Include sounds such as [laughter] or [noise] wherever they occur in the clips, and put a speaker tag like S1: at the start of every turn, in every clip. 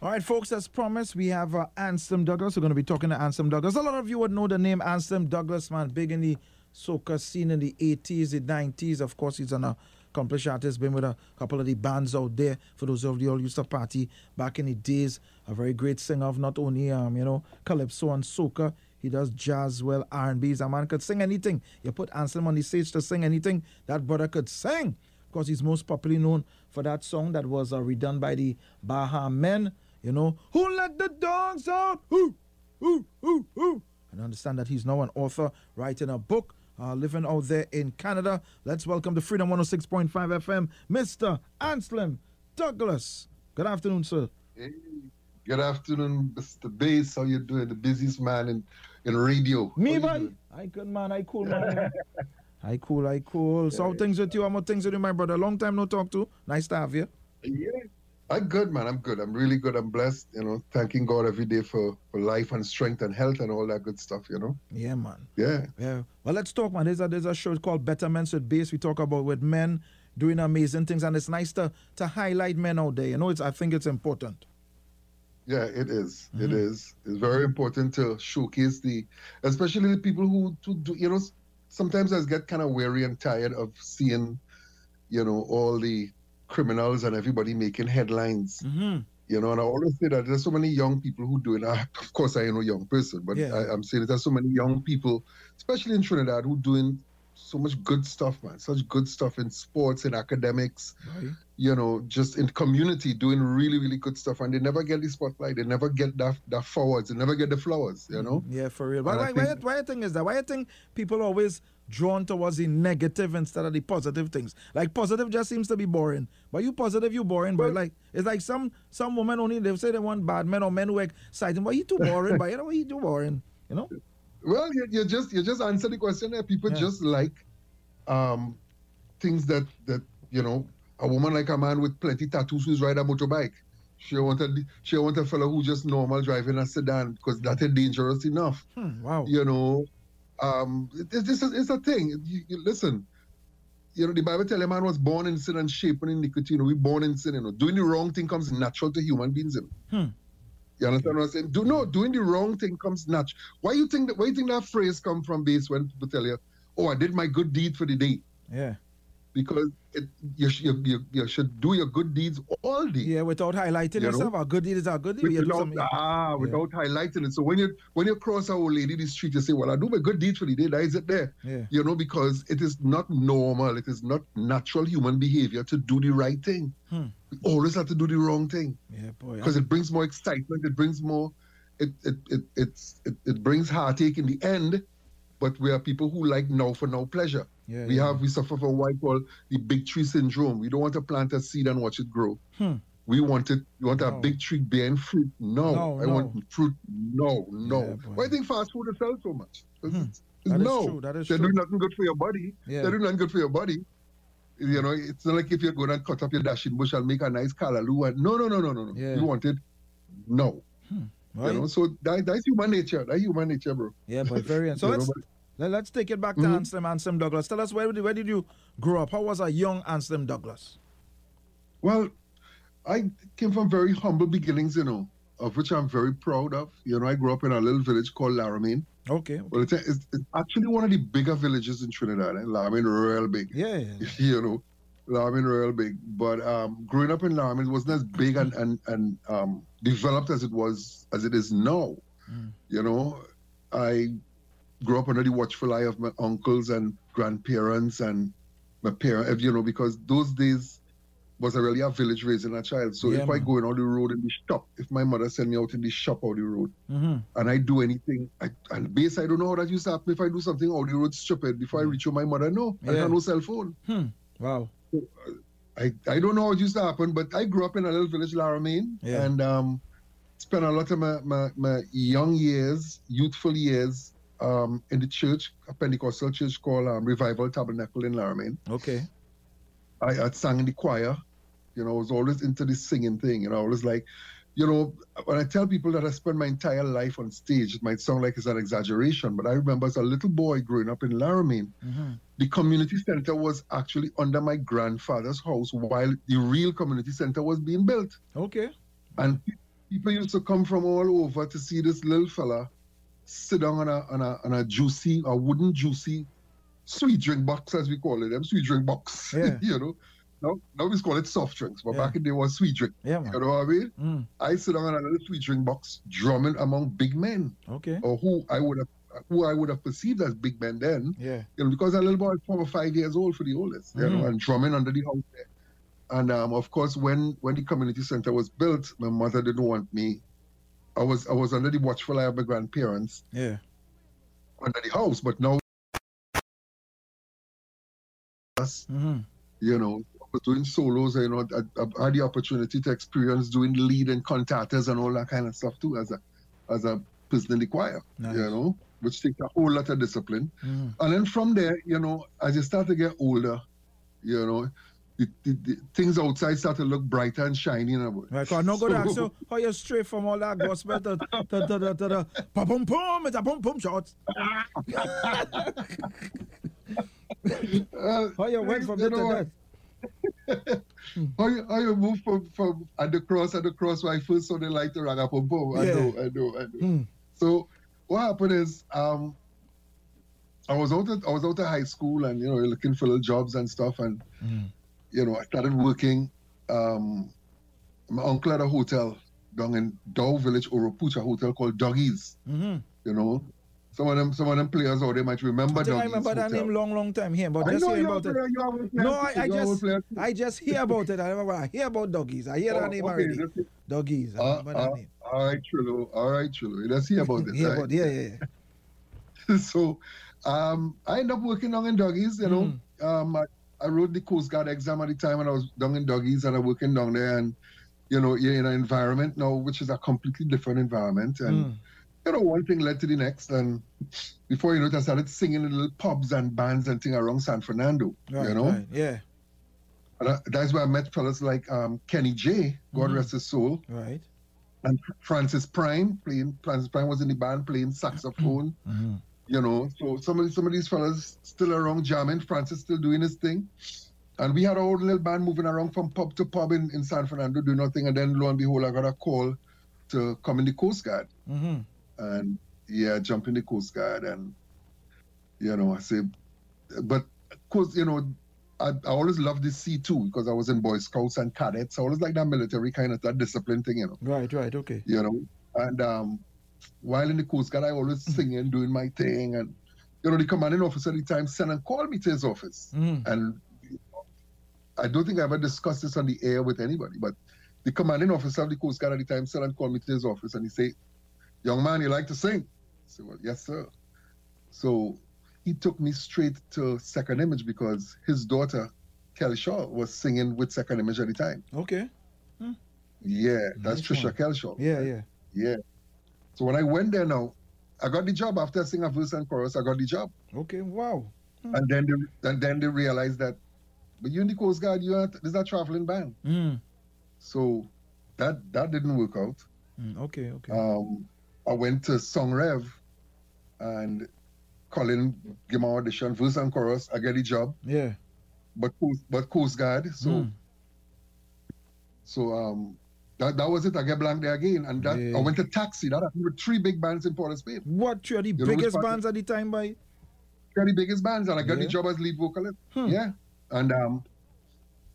S1: All right, folks, as promised, we have uh, Ansem Douglas. We're going to be talking to Ansem Douglas. A lot of you would know the name Ansem Douglas, man, big in the soca scene in the 80s, the 90s. Of course, he's an accomplished artist, been with a couple of the bands out there. For those of you all used to party back in the days, a very great singer of not only, um, you know, calypso and soca. He does jazz well, R&B. He's a man could sing anything. You put Anselm on the stage to sing anything, that brother could sing. Of course, he's most popularly known for that song that was uh, redone by the Baha Men. You know, who let the dogs out? Who, who, who, who? And understand that he's now an author writing a book, uh, living out there in Canada. Let's welcome to Freedom 106.5 FM, Mr. Anselm Douglas. Good afternoon, sir.
S2: Hey, good afternoon, Mr. Bass. How you doing? The busiest man in, in radio. How
S1: Me,
S2: you
S1: man.
S2: doing?
S1: I good, man. I cool, man. I cool, I cool. So, how things with you? How more things with you, my brother? Long time no talk to. Nice to have you.
S2: Yeah. I'm good, man. I'm good. I'm really good. I'm blessed. You know, thanking God every day for, for life and strength and health and all that good stuff. You know.
S1: Yeah, man.
S2: Yeah.
S1: Yeah. Well, let's talk, man. There's a, there's a show called Betterments with Bass. We talk about with men doing amazing things, and it's nice to, to highlight men out there. You know, it's I think it's important.
S2: Yeah, it is. It
S1: Mm-hmm.
S2: is. It's very important to showcase the, especially the people who to do. You know, s- sometimes I get kind of weary and tired of seeing, you know, all the criminals and everybody making headlines.
S1: Mm-hmm.
S2: You know, and I always say that there's so many young people who do it. I, of course, I am a young person, but
S1: Yeah.
S2: I, I'm saying that there's so many young people, especially in Trinidad, who doing so much good stuff, man. Such good stuff in sports, in academics,
S1: Right.
S2: you know, just in community, doing really, really good stuff. And they never get the spotlight. They never get that that forwards. They never get the flowers. You know.
S1: Yeah, for real. Why,
S2: And I
S1: why, why,
S2: think-
S1: why you think is that? Why you think people always drawn towards the negative instead of the positive things? Like positive just seems to be boring. But you positive, you boring. But
S2: Well-
S1: like it's like some some women only they say they want bad men or men who exciting. But he too boring. but you know he too boring. You know.
S2: Well, you, you just you just answer the question there. People
S1: Yeah.
S2: just like um, things that that you know a woman like a man with plenty tattoos who's ride a motorbike. She wanted she want a fellow who just normal driving a sedan because that is dangerous enough.
S1: Hmm, wow.
S2: You know, um, it, it, this is it's a thing. You, you listen. You know, the Bible tell a man was born in sin and shaped in iniquity. You know, we born in sin. You know, doing the wrong thing comes natural to human beings. You know.
S1: Hmm.
S2: You understand what I'm saying? Do no doing the wrong thing comes natural. Why you think that? Why you think that phrase come from base when people tell you, "Oh, I did my good deed for the day,"
S1: Yeah.
S2: because it, you, sh- you, you you should do your good deeds all day.
S1: Yeah. Without highlighting
S2: You know?
S1: yourself, our good deed is our good deed.
S2: With-
S1: You do
S2: Without,
S1: something-
S2: ah, without highlighting it. So when you when you cross our old lady in the street, you say, "Well, I do my good deed for the day." That is it there,
S1: Yeah.
S2: you know, because it is not normal. It is not natural human behavior to do the right thing.
S1: Hmm.
S2: We always have to do the wrong thing.
S1: Yeah, boy.
S2: because it brings more excitement. It brings more. It it it it's, it it brings heartache in the end. But we are people who like now for now pleasure.
S1: Yeah,
S2: we
S1: yeah.
S2: have we suffer from what I call the big tree syndrome. We don't want to plant a seed and watch it grow.
S1: Hmm.
S2: We want it. We want
S1: No.
S2: a big tree bearing fruit. No,
S1: No,
S2: I
S1: no.
S2: want fruit. No, no.
S1: Yeah, boy.
S2: Why do you think fast food is sell so much? It's-
S1: Hmm.
S2: it's-
S1: That is
S2: no,
S1: true, that is
S2: they
S1: true.
S2: do nothing good for your body.
S1: Yeah.
S2: They do nothing good for your body. You know, it's not like if you're going and cut up your dashing bush and make a nice callaloo. And no, no, no, no, no, no.
S1: Yeah.
S2: You want it? No.
S1: Right?
S2: You know, so that, that's human nature. That's human nature, bro.
S1: Yeah, but very. and So
S2: You know,
S1: let's
S2: but-
S1: let, let's take it back to
S2: Mhm.
S1: Anselm Anselm Douglas. Tell us where did where did you grow up? How was a young Anselm Douglas?
S2: Well, I came from very humble beginnings, you know, of which I'm very proud of. You know, I grew up in a little village called Laramine.
S1: Okay.
S2: Well, it's, it's, it's actually one of the bigger villages in Trinidad. Eh? Laramine, real big.
S1: Yeah. yeah, yeah.
S2: [laughs] you know, Larmin real big. But um, growing up in Larmin, it wasn't as big and and, and um, developed as it was as it is now.
S1: Mm.
S2: You know, I grew up under the watchful eye of my uncles and grandparents and my parents. You know, because those days was really a village raising a child. So
S1: Yeah,
S2: if I
S1: man.
S2: go in on the road in the shop, if my mother send me out in the shop out the road
S1: Mhm.
S2: and I do anything, I, and base I don't know how that used to happen. If I do something out the road stupid before I reach home, my mother no, I
S1: Mm. Yeah.
S2: got no cell phone.
S1: Wow.
S2: I, I don't know how it used to happen, but I grew up in a little village, Laramine,
S1: Yeah.
S2: and um, spent a lot of my, my, my young years, youthful years, um, in the church, a Pentecostal church called um, Revival Tabernacle in Laramine.
S1: Okay.
S2: I had sang in the choir. You know, I was always into this singing thing. You know, I was like, you know, when I tell people that I spent my entire life on stage, it might sound like it's an exaggeration, but I remember as a little boy growing up in Laramine,
S1: Mhm.
S2: the community center was actually under my grandfather's house while the real community center was being built.
S1: Okay.
S2: And people used to come from all over to see this little fella sit down on a on a on a juicy, a wooden juicy sweet drink box as we call it, them sweet drink box. [laughs]
S1: Yeah.
S2: you know. Now now we call it soft drinks, but
S1: Yeah.
S2: back in the day it was sweet drink.
S1: Yeah,
S2: You
S1: man.
S2: know what I mean?
S1: Mm,
S2: I sit down on a little sweet drink box drumming among big men
S1: okay.
S2: or who I would have who I would have perceived as big men then,
S1: Yeah.
S2: you know, because a little boy four or five years old for the oldest, you know,
S1: Mhm.
S2: and drumming under the house there. And um, of course, when when the community center was built, my mother didn't want me. I was I was under the watchful eye of my grandparents
S1: Yeah.
S2: under the house, but now us,
S1: hmm
S2: you know, I was doing solos, you know, I, I had the opportunity to experience doing lead and cantatas and all that kind of stuff too as a as a prisoner in the choir,
S1: Nice.
S2: you know, which takes a whole lot of discipline.
S1: Mhm.
S2: And then from there, you know, as you start to get older, you know, the, the, the things outside start to look brighter and shiny. And all.
S1: Right, 'cause I'm not going to ask you how you stray from all that gospel to, to, to, to, to, the pa pum pum, it's a pum pum shot.
S2: [laughs] Uh,
S1: How you went from
S2: you
S1: that
S2: know,
S1: to
S2: How you, how you move from, from at the cross, at the cross where I first saw the light to Ragapompo. I
S1: Yeah.
S2: know, I know, I know.
S1: that. Mm.
S2: So what happened is um, I was out at, I was out of high school and you know looking for little jobs and stuff and
S1: Mm.
S2: you know I started working. Um, my uncle had a hotel down in Dow Village, Oropucha hotel called Doggies.
S1: hmm
S2: You know, some of them some of them players out there might remember.
S1: I think I
S2: Doggies
S1: remember that
S2: hotel.
S1: name long, long time here, but
S2: I
S1: just
S2: know
S1: hear
S2: you
S1: about it.
S2: are- you are a player
S1: No,
S2: too,
S1: I, I
S2: you are a
S1: just
S2: player too.
S1: I just hear about it. I remember I hear about doggies. I hear
S2: Oh,
S1: that name
S2: okay,
S1: already.
S2: that's it.
S1: Doggies. I
S2: Uh,
S1: remember that
S2: uh,
S1: name. Mm,
S2: All right, Trilo. All right, Trilo. Let's hear
S1: [laughs]
S2: about this.
S1: hear
S2: right?
S1: about, yeah, yeah, yeah.
S2: [laughs] so um, I end up working down in doggies, you
S1: Mm,
S2: know.
S1: Hmm.
S2: Um, I, I wrote the Coast Guard exam at the time and I was down in doggies and I working down there and you know, you're in an environment now which is a completely different environment. And
S1: Mm.
S2: you know, one thing led to the next and before you know it, I started singing in little pubs and bands and thing around San Fernando.
S1: Right,
S2: you know?
S1: right. Yeah,
S2: And I, uh, that's where I met fellas like um, Kenny J, God
S1: Mhm.
S2: rest his soul,
S1: right.
S2: and Francis Prime playing Francis Prime was in the band playing saxophone.
S1: Mm-hmm.
S2: you know. So some of some of these fellas still around jamming. Francis still doing his thing, and we had our own little band moving around from pub to pub in, in San Fernando doing nothing. And then lo and behold, I got a call to come in the Coast Guard,
S1: Mm-hmm.
S2: and yeah, jump in the Coast Guard, and you know, I say, but of course, you know. I, I always loved this C too because I was in Boy Scouts and cadets. I always like that military kind of that discipline thing, you know
S1: Right, right. Okay.
S2: you know. And um, while in the Coast Guard, I always singing, doing my thing, and you know, the commanding officer at the time sent and called me to his office,
S1: Mm.
S2: and I don't think I ever discussed this on the air with anybody, but the commanding officer of the Coast Guard at the time sent and called me to his office, and he said, "Young man, you like to sing?" I said, "Well, yes, sir." So he took me straight to Second Image because his daughter, Kelly Shaw, was singing with Second Image at the time.
S1: Okay.
S2: Yeah, that's
S1: Nice
S2: Trisha
S1: one.
S2: Kelshaw.
S1: Yeah, yeah.
S2: Yeah. So when I went there now, I got the job after I sing a verse and chorus. I got the job,
S1: Okay. Wow.
S2: and then they, and then they realized that, but you in the Coast Guard, you are this is a traveling band,
S1: Mm.
S2: so that that didn't work out.
S1: Mm. Okay. Okay.
S2: Um, I went to Song Rev, and Colin gave my audition verse and chorus. I get the job,
S1: yeah.
S2: but Coast- but Coast Guard. So
S1: Mm.
S2: so um, that that was it. I get blank there again, and that
S1: Yeah.
S2: I went to Taxi. That happened with three big bands in Port of Spain.
S1: What you are the
S2: know which
S1: biggest
S2: part-
S1: bands at the time by?
S2: got the biggest bands, and I got
S1: Yeah.
S2: the job as lead vocalist.
S1: Hmm.
S2: Yeah, and um,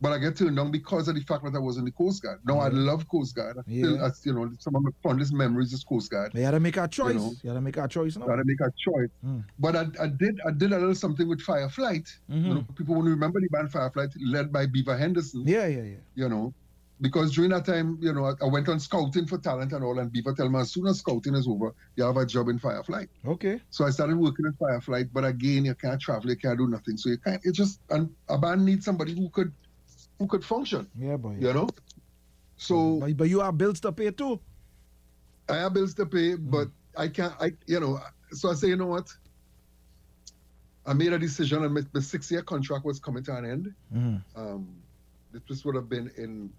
S2: but I get turned down because of the fact that I was in the Coast Guard. Now I
S1: Yeah.
S2: love Coast Guard. I still,
S1: Yeah.
S2: I, you know, some of my fondest memories is Coast Guard.
S1: You had to make a choice. You,
S2: know.
S1: had to make a choice now.
S2: I had to make a choice,
S1: Hmm.
S2: but I, I did I did a little something with Fireflight. You know,
S1: Mhm.
S2: people won't remember the band Fireflight, led by Beaver Henderson.
S1: Yeah, yeah, yeah.
S2: You know. Because during that time, you know, I, I went on scouting for talent and all, and Beaver tell me as soon as scouting is over, you have a job in Firefly.
S1: Okay.
S2: So I started working in Firefly, but again, you can't travel, you can't do nothing. So you can't. It just and a band needs somebody who could, who could function.
S1: Yeah, boy. Mm-hmm.
S2: You know. So
S1: But, but you are bills to pay too.
S2: I have bills to pay, but I can't. I you know. So I say, you know what? I made a decision, and my, my six-year contract was coming to an end.
S1: Mm.
S2: Um, this would have been in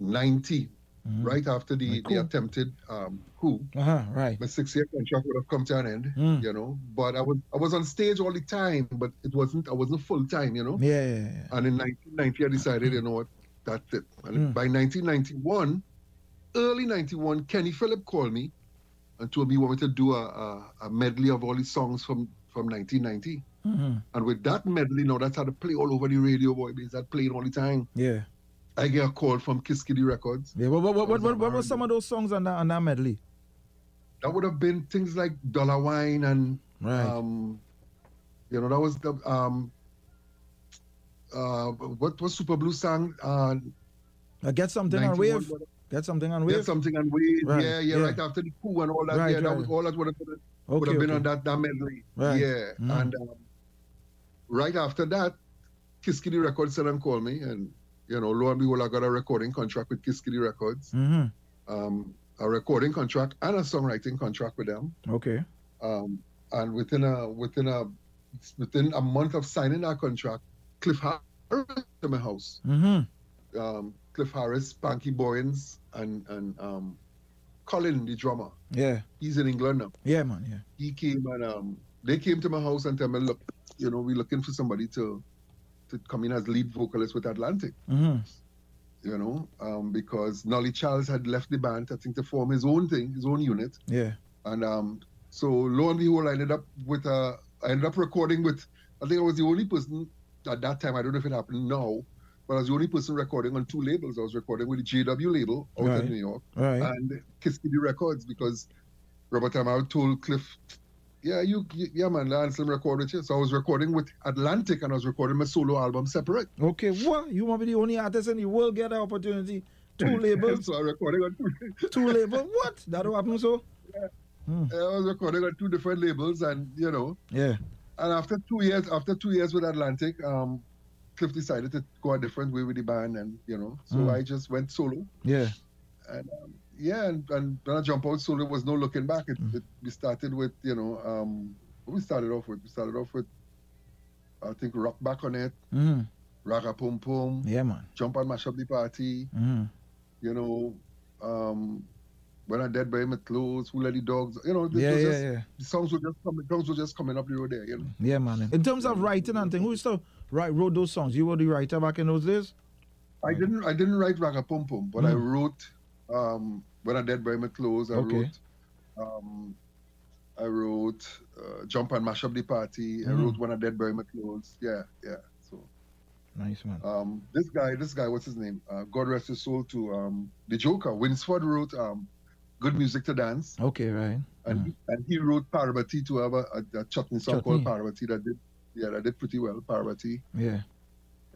S2: 1990,
S1: Mhm.
S2: right after the,
S1: Cool.
S2: the attempted um, coup.
S1: Uh-huh. Right.
S2: my six year contract would have come to an end,
S1: Mm.
S2: you know. But I was I was on stage all the time, but it wasn't I wasn't full time, you know.
S1: Yeah, yeah, yeah.
S2: And in 1990, I decided, you know what, that's it. And
S1: Mm.
S2: by 1991, early 91, Kenny Phillip called me and told me he wanted to do a, a, a medley of all his songs from, from 1990.
S1: Mhm.
S2: And with that medley, now that's how to play all over the radio, boy, because that played all the time.
S1: Yeah.
S2: I get a call from Kiss Kitty Records.
S1: Yeah. What, what, what,
S2: That
S1: what, what,
S2: was
S1: what
S2: on
S1: were
S2: Mardi.
S1: some of those songs on that, on that medley?
S2: That would have been things like Dollar Wine and
S1: Right.
S2: Um, you know, that was the um, uh, what was Super Blue sang? Uh,
S1: Uh, get something on
S2: 91,
S1: wave. Get something on
S2: yeah,
S1: wave.
S2: something and wait,
S1: Right,
S2: yeah, yeah,
S1: yeah.
S2: right after the coup and all that.
S1: Right,
S2: yeah, that
S1: right.
S2: was all that would have been, would
S1: okay.
S2: have been
S1: okay.
S2: on that, that medley.
S1: Right.
S2: Yeah,
S1: Mm.
S2: and um, right after that, Kiskidi Records said and called me, and you know, lo and behold, I got a recording contract with Kiskidi Records,
S1: Mm-hmm.
S2: um, a recording contract and a songwriting contract with them.
S1: Okay.
S2: um, and within a within a within a month of signing our contract, Cliff Harris to my house.
S1: Mm-hmm.
S2: Um, Cliff Harris, Panky Boyens, and and um, Colin, the drummer.
S1: Yeah.
S2: He's in England now.
S1: Yeah, man. Yeah.
S2: He came and um, they came to my house and tell me, look, you know, we're looking for somebody to to come in as lead vocalist with Atlantic.
S1: Mm-hmm.
S2: You know, um, because Nolly Charles had left the band, I think, to form his own thing, his own unit.
S1: Yeah.
S2: And um, so lo and behold, I ended up with a, I ended up recording with, I think I was the only person at that time. I don't know if it happened now, but I was the only person recording on two labels. I was recording with the JW label out
S1: Right.
S2: in New York
S1: Right.
S2: and Kiskidi Records because Robert Amaro told Cliff, yeah, you, you yeah man, Anselm record with you. So I was recording with Atlantic and I was recording my solo album separate.
S1: okay. What? You want to be the only artist in the world get an opportunity? [laughs] Two labels.
S2: so I recording on two [laughs]
S1: two labels. What? That don't happen so?
S2: I was recording on two different labels and you know
S1: Yeah.
S2: And after two years, after two years with Atlantic, um, Cliff decided to go a different way with the band, and you know, so
S1: Mm.
S2: I just went solo.
S1: Yeah.
S2: Yeah, and and when I jump out solo, was no looking back. It,
S1: Hmm.
S2: it we started with you know, um, what we started off with we started off with, I think rock back on it,
S1: Mm-hmm.
S2: raga pum pum,
S1: Yeah, man.
S2: jump and mash up the party,
S1: Mm-hmm.
S2: you know, um, when I dead by my clothes, who let the dogs, you know,
S1: Yeah,
S2: it was
S1: yeah,
S2: just,
S1: yeah.
S2: the songs were just coming, songs were just coming up the road there, you know.
S1: Yeah, man. In terms of writing and thing, who used to write, wrote those songs? You were the writer back in those days?
S2: I didn't I didn't write Raga Pum Pum, but I
S1: Mm.
S2: wrote um when I did bury my clothes, I
S1: Okay.
S2: wrote um I wrote uh, Jump and Mash Up the Party. I
S1: Mm.
S2: wrote When I Dead Bury My Clothes. Yeah, yeah. So
S1: Nice, man.
S2: um this guy, this guy, what's his name? Uh, God rest his soul to um the Joker. Winsford wrote um Good Music to Dance
S1: Okay, right.
S2: and
S1: Mm.
S2: he, and he wrote Parvati to have a, a, a chutney song
S1: Chutney.
S2: called Parvati that did yeah, that did pretty well, Parvati,
S1: Yeah.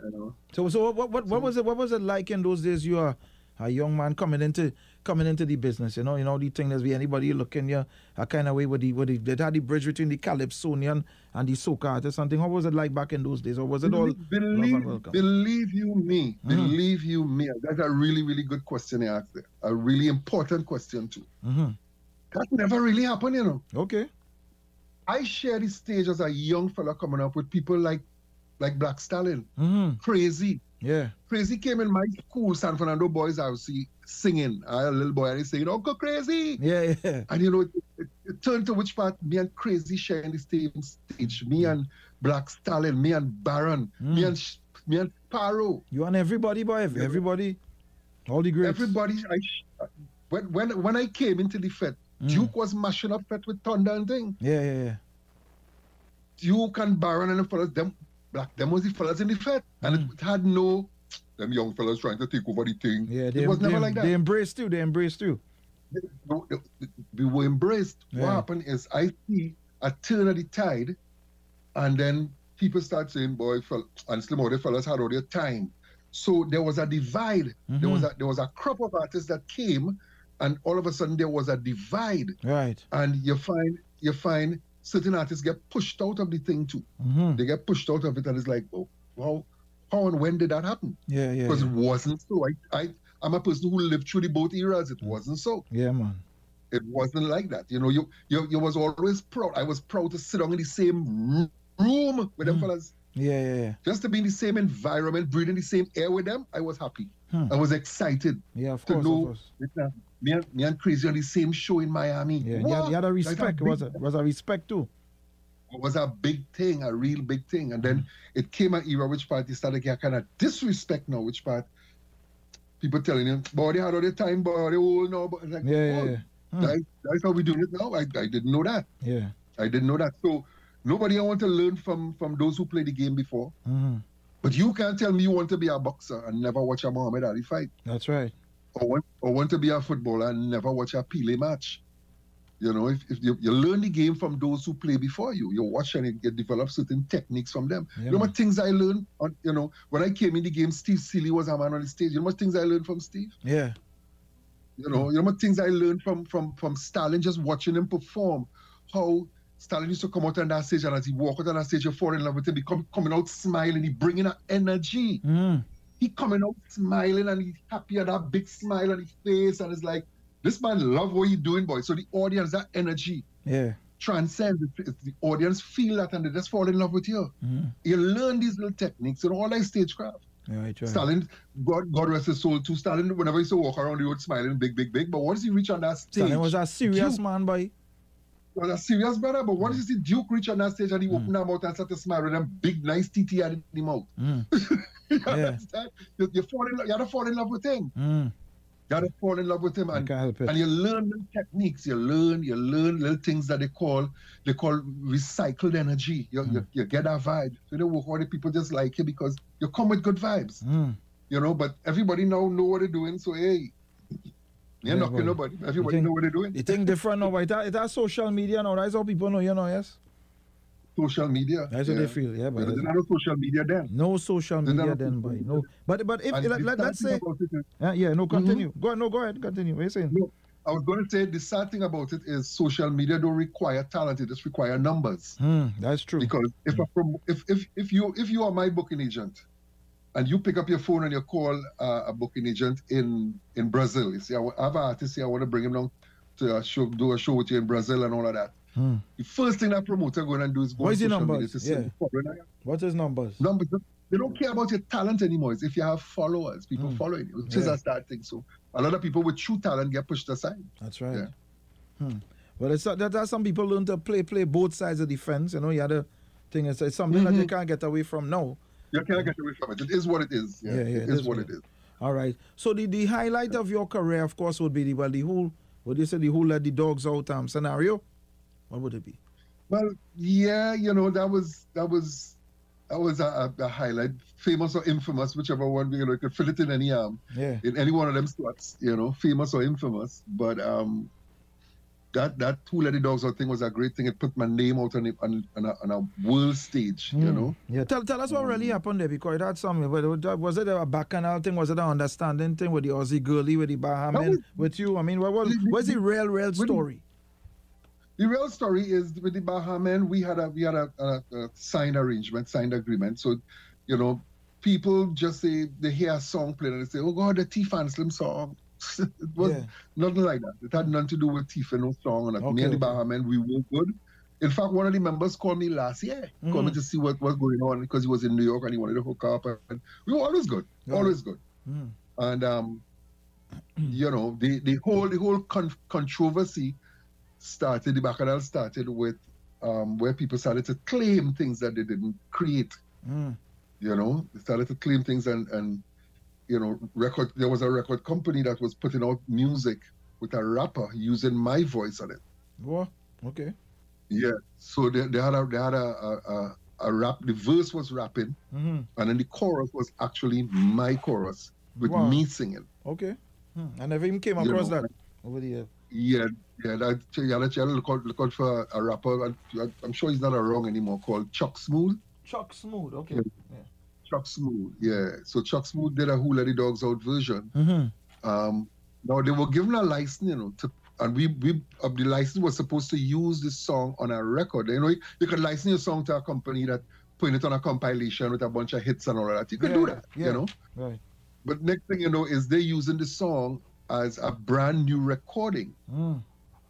S2: you know.
S1: So, so what, what, what was it? What was it like in those days? You are a young man coming into coming into the business. You know, you know the thing that's be anybody looking you a kind of way with the with the they had the bridge between the Calypsonian and the soca artist. Something. What was it like back in those days? Or was it all?
S2: Believe- believe,
S1: welcome.
S2: believe you me,
S1: Mhm.
S2: believe you me. That's a really, really good question you asked there. A really important question too.
S1: hmm
S2: That never really happened, you know.
S1: Okay.
S2: I shared the stage as a young fella coming up with people like, like Black Stalin,
S1: hmm
S2: Crazy.
S1: Yeah.
S2: Crazy came in my school, San Fernando Boys I was singing. I a little boy and he singing, Uncle Crazy.
S1: Yeah. Yeah.
S2: And you know, it, it, it turned to which part me and Crazy sharing the same stage. Me and Black Stalin, me and Baron, me
S1: Mm.
S2: and Sh- me and Paro.
S1: You and everybody, boy. ev-
S2: Yeah.
S1: Everybody. All the greats.
S2: Everybody, I, sh- when when when I came into the Fed,
S1: Mm.
S2: Duke was mashing up Fed with thunder and thing.
S1: Yeah. Yeah. Yeah.
S2: Duke and Baron and the fellas, them black, them was the fellas in the Fed, and it had no them young fellas trying to take over the thing.
S1: Hmm. Yeah, they,
S2: it was
S1: they,
S2: never like that.
S1: they embraced you. They embraced you.
S2: No, no, we were embraced. What
S1: Yeah.
S2: happened is I see a turn of the tide, and then people start saying, "Boy, fell, and Slim all the fellas had all their time." So there was a divide. There
S1: Hmm.
S2: was a there was a crop of artists that came, and all of a sudden there was a divide,
S1: Mm-hmm. Right.
S2: and you find you find certain artists get pushed out of the thing too.
S1: hmm
S2: They get pushed out of it, and it's like, oh, wow, how and when did that happen?
S1: Yeah. Yeah.
S2: Because
S1: Yeah.
S2: it wasn't so. I I I'm a person who lived through the both eras. It wasn't so
S1: yeah, man.
S2: it wasn't like that. You know, you you, you was always proud. I was proud to sit down in the same r- room with them
S1: Mm.
S2: fellas,
S1: Yeah. Yeah. Yeah.
S2: just to be in the same environment, breathing the same air with them. I was happy.
S1: Hmm.
S2: I was excited.
S1: Yeah. Of
S2: To
S1: course.
S2: know
S1: of course.
S2: Me and, me and Crazy on the same show in Miami.
S1: Yeah, you
S2: What?
S1: had, you had a respect. It
S2: big-
S1: was a, was a respect too.
S2: It was a big thing, a real big thing. And then it came an era which part you started getting kind of disrespect now, which part people telling you, boy, they had all the time, boy, they old now. But it's like,
S1: Yeah, yeah,
S2: oh,
S1: yeah. Hmm.
S2: that- that's how we doing it now. I, I didn't know that.
S1: Yeah.
S2: I didn't know that. So nobody I want to learn from from those who played the game before.
S1: hmm
S2: But you can't tell me you want to be a boxer and never watch a Muhammad Ali fight,
S1: That's right.
S2: or want, or want to be a footballer and never watch a Pele match. You know, if, if you, you learn the game from those who play before you, you watch and you- you develop certain techniques from them.
S1: Yeah,
S2: you know
S1: man.
S2: what things I learned on, you know, when I came in the game, Steve Seeley was a man on the stage. You know what things I learned from Steve?
S1: Yeah.
S2: You
S1: Mm.
S2: know, you know what things I learned from from from Stalin just watching him perform. How Stalin used to come out on that stage, and as he walk out on that stage, you fall in love with him. He come, coming out smiling, he bringing that energy.
S1: Mm.
S2: He coming out smiling, and he happy and that big smile on his face, and it's like this man love what he doing, boy. So the audience, that energy
S1: Yeah.
S2: transcends. It's, it's the audience feel that, and they just fall in love with you.
S1: Mm.
S2: You learn these little techniques and all that stagecraft.
S1: Yeah, right, right.
S2: Stalin, God, God rest his soul too. Stalin, whenever he used to walk around the road smiling, big, big, big. But once he reached on that stage,
S1: Stalin was a serious
S2: Duke
S1: man, boy.
S2: was a serious brother. But once you see Duke reach on that stage and he opened his mouth and started smiling, them big, nice TT had in the mouth. [laughs]
S1: Mm.
S2: you
S1: Yeah.
S2: understand? You, you, fall in, lo- you had to fall in love with him. [laughs]
S1: Mm.
S2: You had to fall in love with him.
S1: I
S2: And,
S1: can't help
S2: and
S1: it.
S2: you learn little techniques. You learn, you learn little things that they call they call recycled energy.
S1: Mm.
S2: You, you, you get that vibe. So they walk all the people just like you because you come with good vibes.
S1: Mm.
S2: you know. But everybody now know what they're doing, so hey, you're
S1: Yeah,
S2: knocking
S1: boy.
S2: nobody. Everybody
S1: think-
S2: know what they're doing.
S1: You think different now, but it, it has social media now. That's how people know, you know, yes?
S2: social media.
S1: That's how they feel, yeah,
S2: Yeah,
S1: but
S2: there's no social media then.
S1: no social
S2: There's
S1: media
S2: not
S1: then,
S2: social
S1: boy.
S2: media.
S1: No. But but if
S2: And Mm-hmm.
S1: let,
S2: the
S1: let,
S2: sad
S1: us
S2: thing
S1: say
S2: about it is-
S1: yeah, yeah, no, continue. Go no, go ahead, continue. What are you saying?
S2: no, I was going to say the sad thing about it is social media don't require talent; it just require numbers.
S1: Mm, that's true.
S2: Mm-hmm. Because if, I prom- if if if you if you are my booking agent, and you pick up your phone and you call uh, a booking agent in in Brazil, you see, I wa- I have an artist here, I want to bring him down to a show, do a show with you in Brazil and all of that.
S1: Hmm.
S2: The first thing that promoter going to do is go
S1: What
S2: on
S1: is your
S2: social media
S1: numbers?
S2: to see
S1: Yeah.
S2: the foreigner.
S1: What is numbers?
S2: Numbers. They don't care about your talent anymore. It's if you have followers, people
S1: Mm.
S2: following you, which is
S1: Yeah.
S2: a sad thing. So a lot of people with true talent get pushed aside.
S1: That's right.
S2: Yeah.
S1: Hmm. Well, it's that, that's some people learn to play play both sides of the fence. You know, the other thing is it's something that you
S2: Mhm.
S1: can't get away from now.
S2: You cannot get away from it. It is what it is. Yeah,
S1: Yeah, yeah,
S2: it
S1: it
S2: is
S1: is
S2: what
S1: what-
S2: it is.
S1: All right. So the, the highlight of your career, of course, would be the well the whole what do you say the whole let the dogs out um, scenario. What would it be?
S2: Well, yeah, you know that was that was that was a, a, a highlight, famous or infamous, whichever one you know, you could fit it in any um
S1: Yeah.
S2: in any one of them slots, you know, famous or infamous. But um, that that two lady dogs out thing was a great thing. It put my name out on a, on, on, a, on a world stage, you
S1: Hmm.
S2: know.
S1: Yeah. Tell tell us what really happened there because that's something. But it was- was it a bacchanal thing? Was it an understanding thing with the Aussie girlie with the Bahamian
S2: was-
S1: with you? I mean, what was
S2: Really, really,
S1: was the real real
S2: really-
S1: story?
S2: The real story is with the Bahaman, we had a we had a, a, a signed arrangement, signed agreement. So, you know, people just say they hear a song played and they say, "Oh God, the T and Slim song." [laughs] it was
S1: Yeah.
S2: nothing like that. It had nothing to do with Tifa, no song. And
S1: Okay,
S2: me and the
S1: okay.
S2: Bahaman, we were good. In fact, one of the members called me last year, called me
S1: Mhm.
S2: to see what was going on because he was in New York and he wanted to hook up. And we were always good,
S1: Got
S2: always good.
S1: Mm.
S2: And
S1: [clears throat]
S2: um, you know, the the whole the whole con- controversy started. The bacchanal started with um, where people started to claim things that they didn't create
S1: Mm.
S2: you know they started to claim things and and you know record there was a record company that was putting out music with a rapper using my voice on it
S1: What? Okay.
S2: yeah so they, they had a they had a, a, a, a rap the verse was rapping
S1: hmm
S2: and then the chorus was actually my chorus with
S1: Wow.
S2: me singing
S1: Okay. Hmm. I never even came
S2: You
S1: across
S2: know,
S1: that over the years.
S2: yeah yeah that yeah that you look out look out for a rapper and i'm sure he's not around anymore called chuck smooth
S1: Chuck Smooth. Okay.
S2: Yeah. chuck smooth yeah so chuck smooth did a who let the dogs out version
S1: Mm-hmm.
S2: Um, now they were given a license, you know, to, and we we uh, the license was supposed to use this song on a record. You know, you, you could license your song to a company that put it on a compilation with a bunch of hits and all of that. You could do
S1: Yeah,
S2: that,
S1: yeah.
S2: you know.
S1: Right.
S2: But next thing you know is they're using the song as a brand new recording
S1: Mm.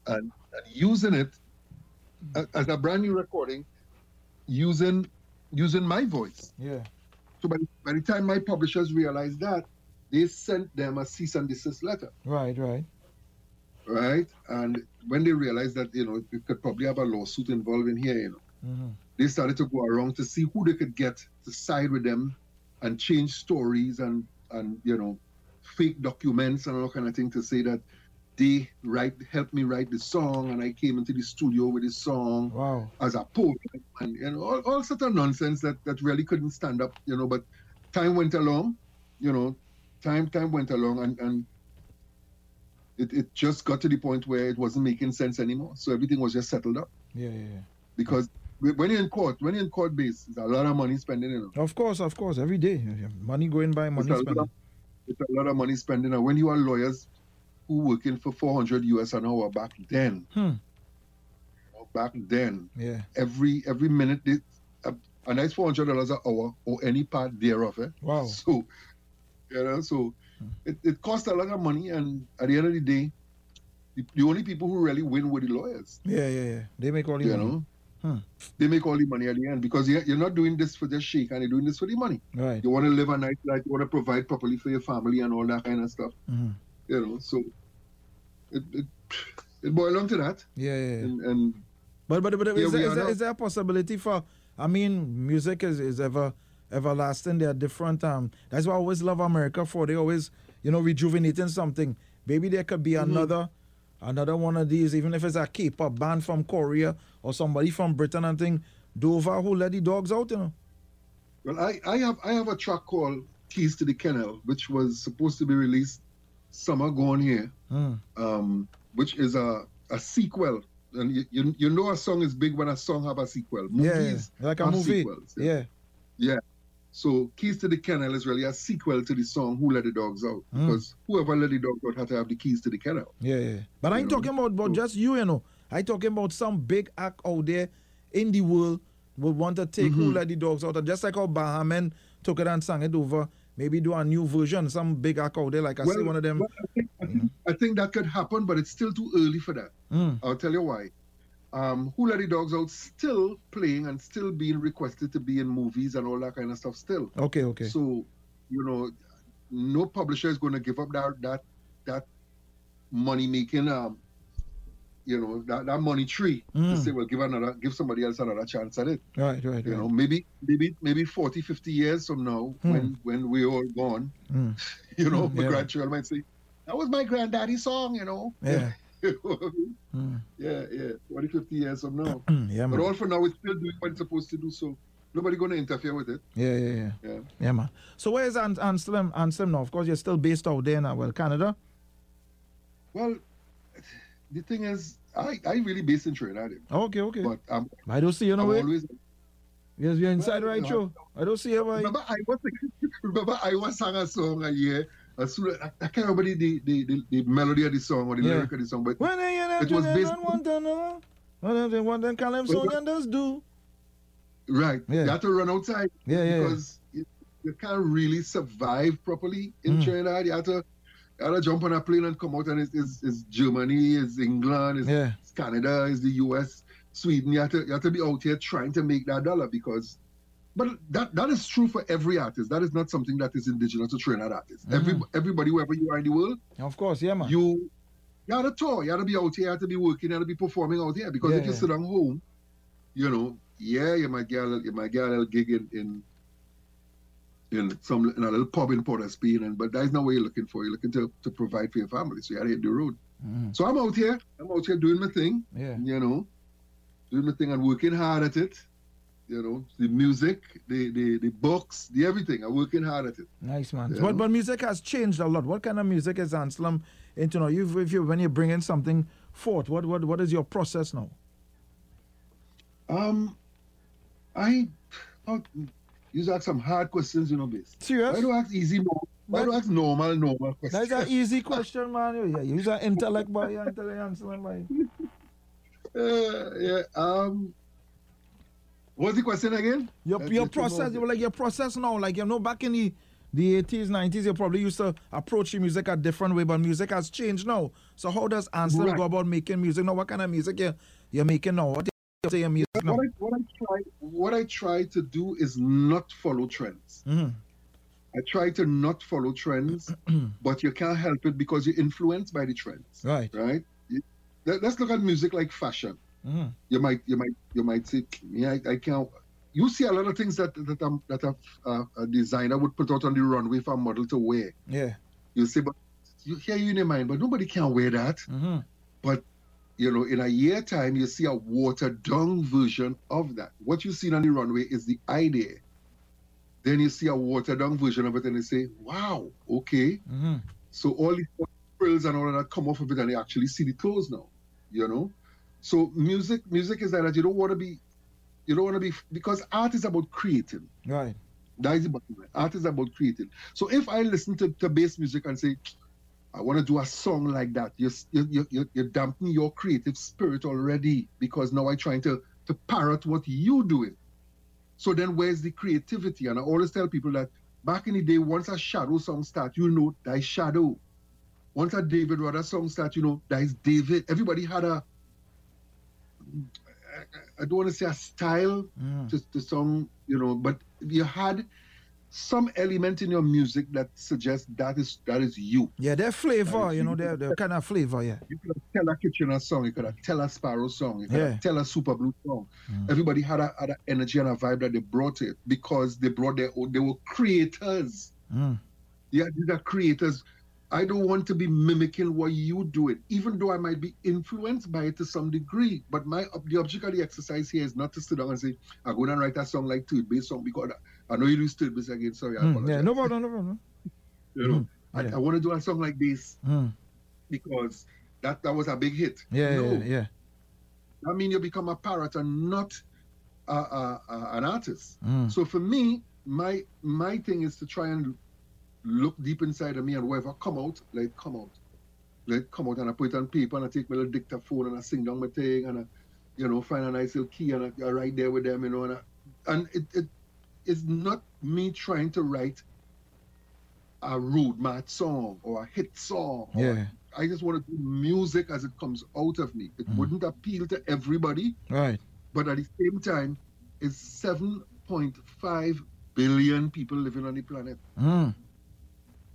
S2: and, and using it a- as a brand new recording, using using my voice.
S1: Yeah.
S2: So by, by the time my publishers realized that, they sent them a cease and desist letter.
S1: Right. Right.
S2: right? And when they realized that, you know, we could probably have a lawsuit involved in here, you know,
S1: Mm-hmm.
S2: they started to go around to see who they could get to side with them and change stories and, and you know, fake documents and all kind of thing to say that they write helped me write the song and I came into the studio with the song
S1: Wow.
S2: as a poet and, and all, all sort of nonsense that, that really couldn't stand up, you know, but time went along, you know, time time went along and, and it, it just got to the point where it wasn't making sense anymore. So everything was just settled up.
S1: Yeah, yeah, yeah.
S2: Because when you're in court, when you're in court base, there's a lot of money spending, you know.
S1: Of course, of course. Every day, money going by, money
S2: It's a lot
S1: spending.
S2: of- It's a lot of money spending. And when you are lawyers who working for 400 US an hour back then,
S1: Hmm.
S2: back then,
S1: Yeah.
S2: every every minute, they, a, a nice 400 dollars an hour or any part thereof. Eh?
S1: Wow.
S2: So, you know, so
S1: Hmm.
S2: it, it costs a lot of money. And at the end of the day, the, the only people who really win were the lawyers,
S1: Yeah, yeah, yeah. They make all the
S2: you
S1: money.
S2: know.
S1: Hmm.
S2: They make all the money at the end because you're you're not doing this for just shake and you're doing this for the money.
S1: Right.
S2: You want to live a nice life, you want to provide properly for your family and all that kind of stuff.
S1: Mhm.
S2: you know so it it, it boiled down to that
S1: Yeah, yeah, yeah.
S2: and, and
S1: But but but
S2: Here
S1: is, there,
S2: we
S1: is,
S2: are
S1: there,
S2: now.
S1: is there a possibility for? I mean, music is, is ever everlasting. They are different. Um, that's what I always love America for. They always you know rejuvenating something. Maybe there could be
S2: Mm-hmm.
S1: another another one of these, even if it's a K-pop band from Korea or somebody from Britain and thing. Dover who let the dogs out, you know.
S2: well i i have i have a track called keys to the kennel which was supposed to be released summer gone here
S1: Mm.
S2: um which is a a sequel and you, you, you know a song is big when a song have a sequel
S1: Yeah, yeah,
S2: movies
S1: like a
S2: have
S1: movie.
S2: sequels
S1: Yeah.
S2: so keys to the kennel is really a sequel to the song who let the dogs out
S1: Mm.
S2: because whoever let the dogs out had to have the keys to the kennel
S1: Yeah, yeah. But I ain't
S2: You know,
S1: talking about, about
S2: so-
S1: just you, you know. I talking about some big act out there in the world would want to
S2: Mm-hmm.
S1: take Who Let the Dogs Out. And just like how Bahaman took it and sang it over, maybe do a new version, some big act out there, like I see one of them.
S2: well, I, think, I, think, I think that could happen, but it's still too early for that.
S1: Mm,
S2: I'll tell you why. Um, Who Let the Dogs Out still playing and still being requested to be in movies and all that kind of stuff still.
S1: okay, okay.
S2: So, you know, no publisher is going to give up that that that money making um, you know, that, that money tree
S1: Mm.
S2: to say, well, give another, give somebody else another chance at it.
S1: right, right,
S2: You know,
S1: right.
S2: maybe, maybe, maybe 40, 50 years from now, when when we're all gone, [laughs]
S1: Mm,
S2: you know, my
S1: Yeah.
S2: grandchild might say, that was my granddaddy's song, you know.
S1: yeah. Mm,
S2: [laughs] yeah, yeah. 40, 50 years from now.
S1: yeah,
S2: But
S1: man.
S2: all for now, it's still doing what it's supposed to do, so nobody going to interfere with it.
S1: Yeah, yeah, yeah.
S2: Yeah.
S1: Yeah, man. So where is An- Anselm, Anselm now? Of course, you're still based out there now, well, Canada.
S2: Well, the thing is, I, I really based in Trinidad, eh,
S1: Okay, okay.
S2: but I'm,
S1: I don't see you
S2: I'm
S1: nowhere.
S2: always.
S1: Yes, you're inside
S2: Well,
S1: right,
S2: you
S1: Joe.
S2: know,
S1: I don't see you. why-
S2: Remember, I was [laughs] remember I was sang a song a year. As soon as, I, I can't remember the, the, the, the, the melody of the song or the
S1: Yeah.
S2: lyric of the song, but
S1: When they
S2: It was based-
S1: don't want to know, what they want them call them so
S2: Well,
S1: you just do.
S2: right,
S1: Yeah.
S2: you have to run outside
S1: Yeah, yeah, yeah.
S2: because You, you can't really survive properly in
S1: Mm.
S2: Trinidad. You have to, you have to jump on a plane and come out, and it's, it's, it's Germany, it's England, it's
S1: Yeah,
S2: it's Canada, is the US, Sweden. You have, to, you have to be out here trying to make that dollar because, but that that is true for every artist. That is not something that is indigenous to Trinidad artists.
S1: Mm.
S2: Every everybody wherever you are in the world,
S1: of course, yeah, man.
S2: you you have to tour, you have to be out here, you have to be working, you have to be performing out here. Because
S1: Yeah,
S2: if you
S1: yeah.
S2: sit on home, you know, yeah, you might get a little, you might get a little gig in. in in some in a little pub in Port of Spain, and but that's not what you're looking for. You're looking to, to provide for your family, so you gotta hit the road.
S1: Mhm.
S2: So I'm out here, I'm out here doing my thing,
S1: Yeah,
S2: you know, doing the thing and working hard at it. You know, the music, the the, the books, the everything. I'm working hard at it.
S1: nice man.
S2: Yeah.
S1: But but music has changed a lot. What kind of music is Anselm into now? You if you when you're bringing something forth, what what what is your process now?
S2: Um, I, oh, you ask some hard questions, you know, base. Why
S1: Serious?
S2: do I ask easy? no- Why do I ask normal, normal questions?
S1: That's an easy question, man. You- Yeah, you're an intellect boy, you're an intellect Anselm boy.
S2: [laughs] Uh, yeah. Um, what's the question again?
S1: Your
S2: That's
S1: your
S2: just about
S1: process,
S2: it.
S1: like your process now, like you know, back in the the eighties, nineties, you probably used to approach your music a different way, but music has changed now. So how does Anselm
S2: Right.
S1: go about making music now? What kind of music you you're making now? What do you say your music now?
S2: What I, what I try what I try to do is not follow trends.
S1: Mhm.
S2: I try to not follow trends, but you can't help it because you're influenced by the trends,
S1: Right.
S2: right? You- let- Let's look at music like fashion.
S1: Mhm.
S2: You might, you might, you might say, "Yeah, I, I can't." You see a lot of things that that, um, that a, a, a designer would put out on the runway for a model to wear,
S1: Yeah.
S2: You say, but you hear you in your mind, but nobody can wear that.
S1: Mhm.
S2: But you know, in a year time, you see a watered down version of that. What you see on the runway is the idea. Then you see a watered down version of it, and you say, "Wow, okay."
S1: Mhm.
S2: So all the frills and all of that come off of it, and you actually see the clothes now. You know, so music, music is like that. You don't want to be, you don't want to be because art is about creating.
S1: Right.
S2: That is the bottom line. Art is about creating. So if I listen to, to bass music and say, I want to do a song like that, you're, you're, you're, you're dampening your creative spirit already because now I'm trying to, to parrot what you're doing. So then where's the creativity? And I always tell people that back in the day, once a shadow song starts, you know that is shadow. Once a David Rudder song starts, you know that is David. Everybody had a, I- I don't want to say a style,
S1: Mm.
S2: to the song, you know, but you had some element in your music that suggests that is that is you.
S1: Yeah, their flavor,
S2: Right.
S1: you know, their, their kind of flavor, yeah.
S2: You could have tell a Kitchener song, you could have tell a Sparrow song, you could
S1: Yeah.
S2: have tell a Super Blue song.
S1: Mm.
S2: Everybody had a, had a energy and a vibe that they brought it because they brought their own, they were creators.
S1: Mm.
S2: Yeah, these are creators. I don't want to be mimicking what you do it, even though I might be influenced by it to some degree. But my the object of the exercise here is not to sit down and say, I'm going to write a song like Third Base song because I, I know you do Third Base again. Sorry, I
S1: Mm.
S2: apologize.
S1: Yeah, no problem, no problem.
S2: You know, I,
S1: Yeah.
S2: I want to do a song like this
S1: Mm.
S2: because that, that was a big hit.
S1: Yeah,
S2: no,
S1: yeah, yeah.
S2: I mean you become a parrot and not a, a, a, an artist.
S1: Mm.
S2: So for me, my my thing is to try and look deep inside of me and whatever come out, let it come out, let it come out, and I put it on paper and I take my little dictaphone and I sing down my thing and I, you know, find a nice little key and I, I write there with them, you know, and I, and it, it it's not me trying to write a rude mad song or a hit song. or-
S1: Yeah,
S2: I just want to do music as it comes out of me. It
S1: Mhm.
S2: wouldn't appeal to everybody,
S1: right.
S2: but at the same time, it's 7.5 billion people living on the planet.
S1: Mm.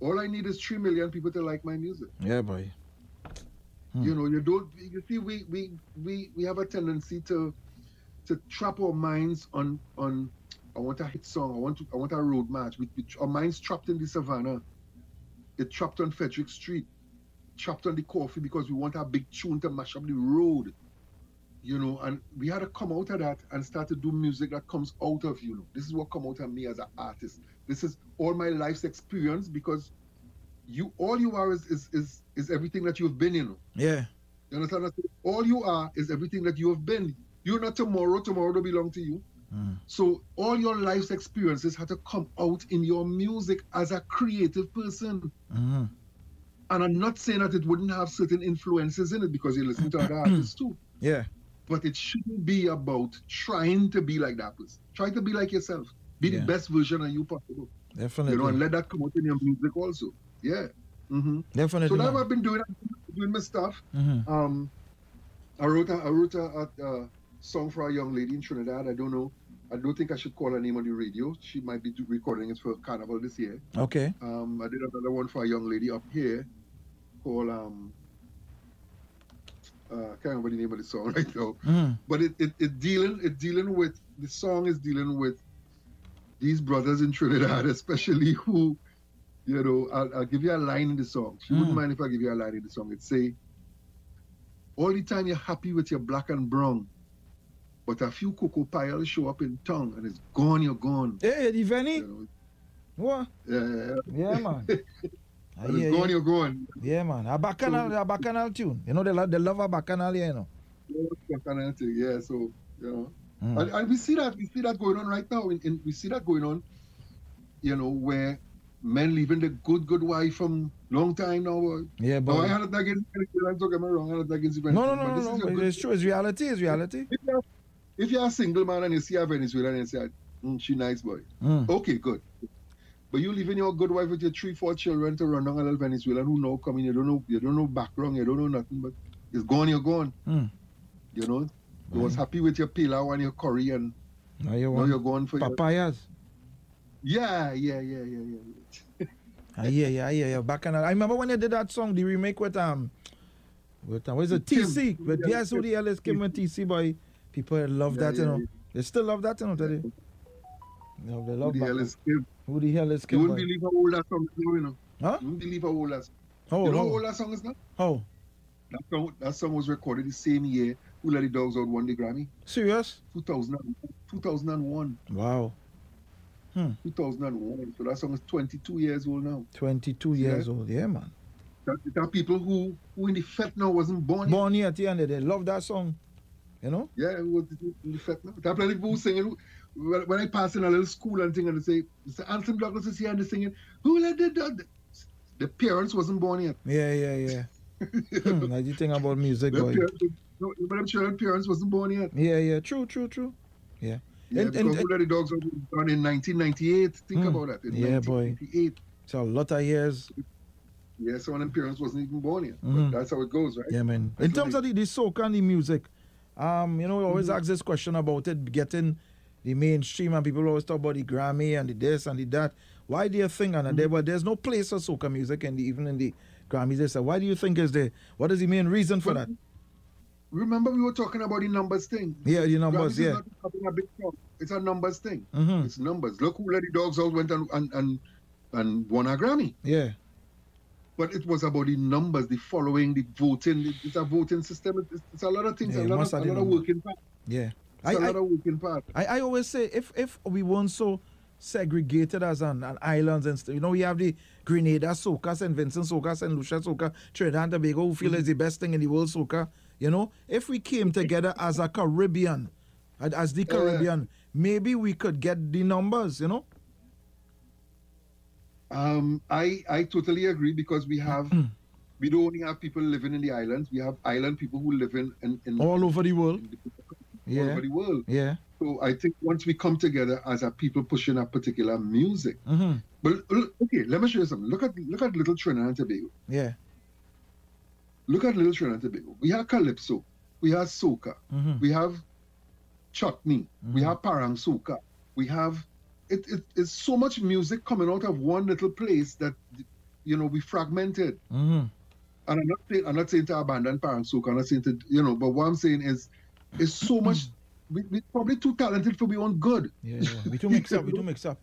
S2: All I need is 3 million people to like my music.
S1: Yeah, boy. Hmm.
S2: You know, you don't, you see, we, we, we, we have a tendency to, to trap our minds on, on, I want a hit song. I want, to, I want a road march. We, we, our minds trapped in the savannah. It trapped on Frederick Street, trapped on the coffee because we want a big tune to mash up the road. You know, and we had to come out of that and start to do music that comes out of you. Know, this is what come out of me as an artist. This is all my life's experience because you, all you are is is is, is everything that you've been. You know,
S1: Yeah,
S2: you understand? What I'm saying? All you are is everything that you have been. You're not tomorrow. Tomorrow don't belong to you.
S1: Mm.
S2: So all your life's experiences had to come out in your music as a creative person.
S1: Mhm.
S2: And I'm not saying that it wouldn't have certain influences in it because you listen to other artists too.
S1: yeah,
S2: But it shouldn't be about trying to be like that person. Try to be like yourself. Be
S1: Yeah.
S2: the best version of you possible.
S1: definitely.
S2: You know, and let that come out in your music also. Yeah. hmm So
S1: definitely.
S2: that's
S1: man.
S2: what I've been doing. I've been doing my stuff.
S1: Mhm.
S2: Um, I wrote a, I wrote a, a, a song for a young lady in Trinidad. I don't know. I don't think I should call her name on the radio. She might be do- recording it for Carnival this year.
S1: Okay.
S2: Um, I did another one for a young lady up here called um. Uh, I can't remember the name of the song [laughs] right now,
S1: Mm.
S2: but it it, it dealing it dealing with the song is dealing with these brothers in Trinidad, [laughs] especially who, you know, I'll, I'll give you a line in the song. She
S1: Mm.
S2: wouldn't mind if I give you a line in the song. It say, all the time you're happy with your black and brown, but a few cocoa piles show up in town and it's gone, you're gone.
S1: Hey, Diveni,
S2: You
S1: what?
S2: know, uh,
S1: Yeah, man. I
S2: and
S1: hear
S2: it's gone,
S1: you.
S2: you're gone. [laughs]
S1: Yeah, man. A bacchanal, a bacchanal tune. You know, they love, they love a bacchanal, yeah, you know.
S2: That kind of thing. Yeah, so you know,
S1: Mm.
S2: and, and we see that we see that going on right now, and, and we see that going on, you know, where men leaving the good good wife from long time now. uh,
S1: Yeah,
S2: No, I
S1: but
S2: had it against I'm talking about wrong. I had it against
S1: no, no, no,
S2: but this
S1: no,
S2: is
S1: no.
S2: a
S1: but
S2: good-
S1: It's true. It's reality. It's reality.
S2: If you're, if you're a single man and you see a Venezuelan and you say, mm, she nice boy.
S1: Mm.
S2: Okay, good. But you leaving your good wife with your three, four children to run down a little Venezuelan who now coming, you don't know, you don't know background, you don't know nothing, but it's gone, you're gone.
S1: Mm.
S2: You know, you was
S1: Right.
S2: happy with your pilau and your curry, and
S1: Now you
S2: now
S1: want
S2: you're gone for your.
S1: papayas.
S2: Yeah, yeah, yeah, yeah, yeah.
S1: I hear you. I hear you. Bacchanal. I remember when they did that song, the remake with um, with uh, what is it?
S2: Kim.
S1: TC. But
S2: Yeah,
S1: yes, who the hell is Kim and TC boy? People love
S2: Yeah,
S1: that, you
S2: yeah,
S1: know.
S2: yeah.
S1: They still love that, you know, today. No, they
S2: Who
S1: love
S2: the hell
S1: bacchanal.
S2: is Kim?
S1: Who the hell is
S2: You
S1: Kim?
S2: wouldn't
S1: boy?
S2: believe how old that song is, you know.
S1: Huh?
S2: You won't believe how old that song
S1: Oh,
S2: You know how
S1: oh,
S2: old that song is now?
S1: oh.
S2: That song, that song was recorded the same year Who Let the Dogs Out won the Grammy.
S1: Serious?
S2: 2000, 2001.
S1: Wow.
S2: 2001. So that song is 22 years old now.
S1: 22
S2: See
S1: years
S2: that?
S1: old. Yeah, man.
S2: That, that people who, who in the FET now wasn't born. yet.
S1: Born here at the end of the day. Love that song. You know?
S2: Yeah, it was in the FET now. That plenty people who sing it. who- When, when I pass in a little school and thing and they say, Mr. Anson Douglas is here and they're singing, Who Let the Dogs The parents wasn't born yet.
S1: Yeah, yeah,
S2: [coughs]
S1: yeah. Hmm, like you think about music,
S2: Their
S1: boy.
S2: parents, no, but I'm sure their parents wasn't born yet.
S1: Yeah, yeah. True, true, true.
S2: Yeah,
S1: And-
S2: because
S1: and-
S2: Who Let the Dogs Out was done in 1998. Think
S1: Hmm.
S2: about that. In
S1: Yeah, boy.
S2: 1998.
S1: It's a lot of years.
S2: Yeah, some of them parents wasn't even born yet.
S1: Mhm.
S2: But that's how it goes, right? Mm-hmm.
S1: Yeah, man. In
S2: That's
S1: terms of the, the soak and the music, um, you know, we always ask this question about it getting the mainstream, and people always talk about the Grammy and the this and the that. Why do you think, and
S2: Mm-hmm.
S1: there, but there's no place for soca music, and even in the Grammys, they say, why do you think is there? What is the main reason for that?
S2: Mm-hmm. Remember, we were talking about the numbers thing.
S1: Yeah, the
S2: Grammys
S1: numbers,
S2: is
S1: yeah.
S2: not having a big song. It's a numbers thing.
S1: Mm-hmm.
S2: It's numbers. Look who Let the Dogs Out went and, and, and, and won a Grammy.
S1: Yeah,
S2: But it was about the numbers, the following, the voting. It's a voting system. It's, it's a lot of things,
S1: Yeah,
S2: a
S1: it
S2: lot,
S1: must
S2: of,
S1: have
S2: a
S1: the
S2: lot of
S1: numbers.
S2: working parts.
S1: yeah.
S2: It's a
S1: I, I,
S2: lot of working parts.
S1: I, I always say if if we weren't so segregated as an, an island and stuff, you know, we have the Grenada soca, St. Vincent soca, St. Lucia soca, Trinidad and Tobago, who feel is the best thing in the world soca. You know, if we came together as a Caribbean, and as the
S2: Yeah.
S1: Caribbean, maybe we could get the numbers, you know?
S2: Um, I I totally agree because we have we don't only have people living in the islands. We have island people who live in in, in,
S1: All over the world.
S2: in the, all
S1: Oh, Yeah.
S2: over the world.
S1: Yeah.
S2: So I think once we come together as a people pushing a particular music.
S1: Mm-hmm.
S2: But l- okay, let me show you something. Look at look at Little Trinidad and Tobago.
S1: Yeah.
S2: Look at Little Trinidad and Tobago. We have calypso. We have soca.
S1: Mm-hmm.
S2: We have chutney. We
S1: Mhm.
S2: have parang soca. We have it, it. It's so much music coming out of one little place that you know we fragmented.
S1: Mm-hmm.
S2: and I'm not saying I'm not saying to abandon parents, so I'm not saying to you know, but what I'm saying is it's so much we, we're probably too talented for we own good.
S1: Yeah. yeah. We too mix up. We too mix up.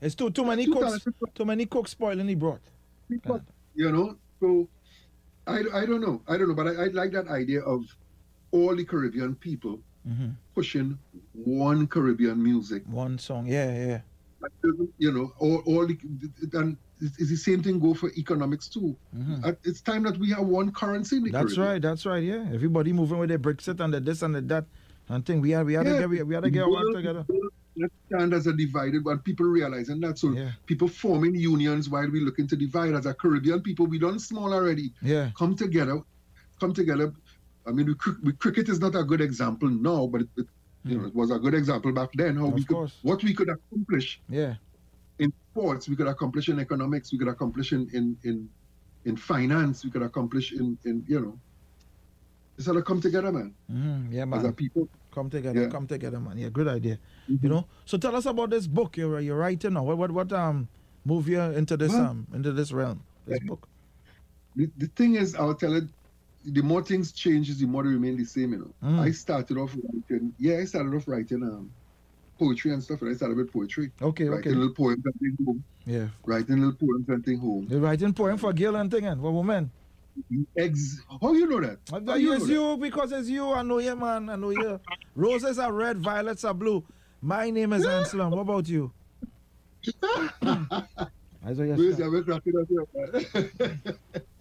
S1: It's too too many
S2: Too
S1: cooks.
S2: talented for
S1: Too many cooks spoiling the broth.
S2: we own, you know. So I I don't know. I don't know, but I, I like that idea of all the Caribbean people
S1: Mm-hmm.
S2: pushing one Caribbean music.
S1: One song. Yeah. Yeah.
S2: That doesn't- You know, all all the, and it's, it's the same thing go for economics too.
S1: Mm-hmm.
S2: Uh, It's time that we have one currency in the
S1: That's
S2: Caribbean.
S1: right. That's right. Yeah, everybody moving with their Brexit and the this and the that and thing. We had we had to
S2: Yeah,
S1: get we, we had to get our
S2: World-
S1: act together.
S2: world that stand as a divided one. People realizing that. So
S1: Yeah,
S2: people forming unions while we looking to divide as a Caribbean people. We done small already.
S1: yeah,
S2: Come together, come together. I mean, we, cr- we, cricket is not a good example now, but it, it, you know, it was a good example back then. How we
S1: Mm. Of
S2: could,
S1: course.
S2: what we could accomplish
S1: yeah,
S2: in sports, we could accomplish in economics, we could accomplish in in in, in finance, we could accomplish in in you know. It's how to come together, man,
S1: hmm yeah,
S2: as
S1: man.
S2: a people.
S1: Come together,
S2: Yeah.
S1: come together, man. Yeah, good idea. You
S2: Mhm.
S1: know. So tell us about this book you're you're writing now. What what what um move you into this
S2: Well-
S1: um into this realm? This book.
S2: The, the thing is, I'll tell it. The more things changes, the more they remain the same. You know.
S1: Mm.
S2: I started off writing. Yeah, I started off writing um, poetry and stuff, and I started with poetry,
S1: Okay, okay.
S2: writing little poems and thing home,
S1: Yeah,
S2: writing little poems and thing home.
S1: you're writing poem for girl and thing and for woman.
S2: Ex- How you know that?
S1: I
S2: How
S1: thought you,
S2: know
S1: it's
S2: that?
S1: you because it's you. I know you, man. I know
S2: [laughs]
S1: you. Roses are red, violets are blue. My name is Anselm. What about you? I saw your
S2: Wait,
S1: style.
S2: I'm not cracking up here, man. [laughs]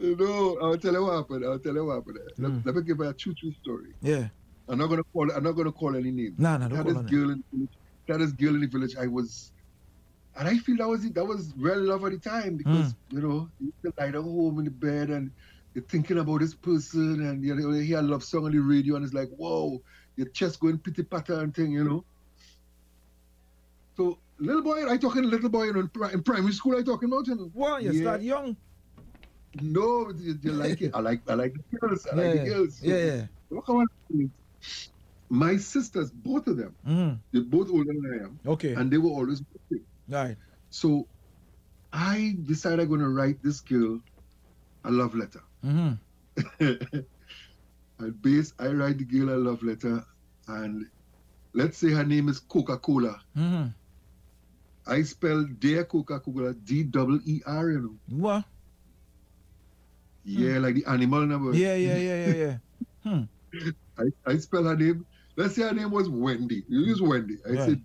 S2: No, I'll tell you what happened. I'll tell you what happened. Let,
S1: Mm.
S2: let me give you a true, true story.
S1: Yeah.
S2: I'm not gonna call. I'm not gonna call any names.
S1: Nah, nah, don't
S2: that
S1: call
S2: is
S1: on it.
S2: girl in the village. That is girl in the village. I was, and I feel that was it. That was real love at the time
S1: Hmm.
S2: because you know you used to lie down home in the bed and you're thinking about this person and you, know, you hear a love song on the radio and it's like whoa, your chest going pitty patter and thing, you know. So little boy, I talking little boy you know, in, pri- in primary school. I talking about you know.
S1: Well, you
S2: Yeah.
S1: start young.
S2: No, you, you like it. I like I like the girls. I
S1: yeah,
S2: like the girls. So,
S1: yeah, yeah.
S2: Look how I- my sisters, both of them,
S1: Mm,
S2: they're both older than I am
S1: okay,
S2: and they were always working.
S1: right.
S2: So I decided I'm going to write this girl a
S1: [laughs]
S2: love letter.
S1: Mm-hmm.
S2: and base, I write the girl a love letter, and let's say her name is Coca Cola.
S1: Mm-hmm.
S2: I spell their Coca Cola D double E R, you know.
S1: What?
S2: Yeah, like the animal number.
S1: Yeah, yeah, yeah, yeah, yeah.
S2: I, I spell her name. Let's say her name was Wendy. You use Wendy. I
S1: Yeah.
S2: said,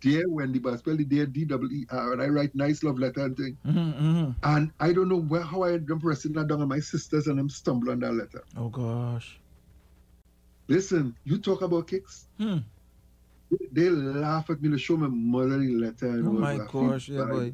S2: dear Wendy, but I spell it dear D double E R, and I write nice love letter and thing.
S1: Mhm, mhm.
S2: And I don't know where how I am pressing that down on my sisters and I'm stumbling on that letter.
S1: Oh gosh.
S2: Listen, you talk about kicks.
S1: Hmm.
S2: They laugh at me to show my mother the letter. And
S1: Oh
S2: all
S1: my
S2: that.
S1: gosh, yeah, boy.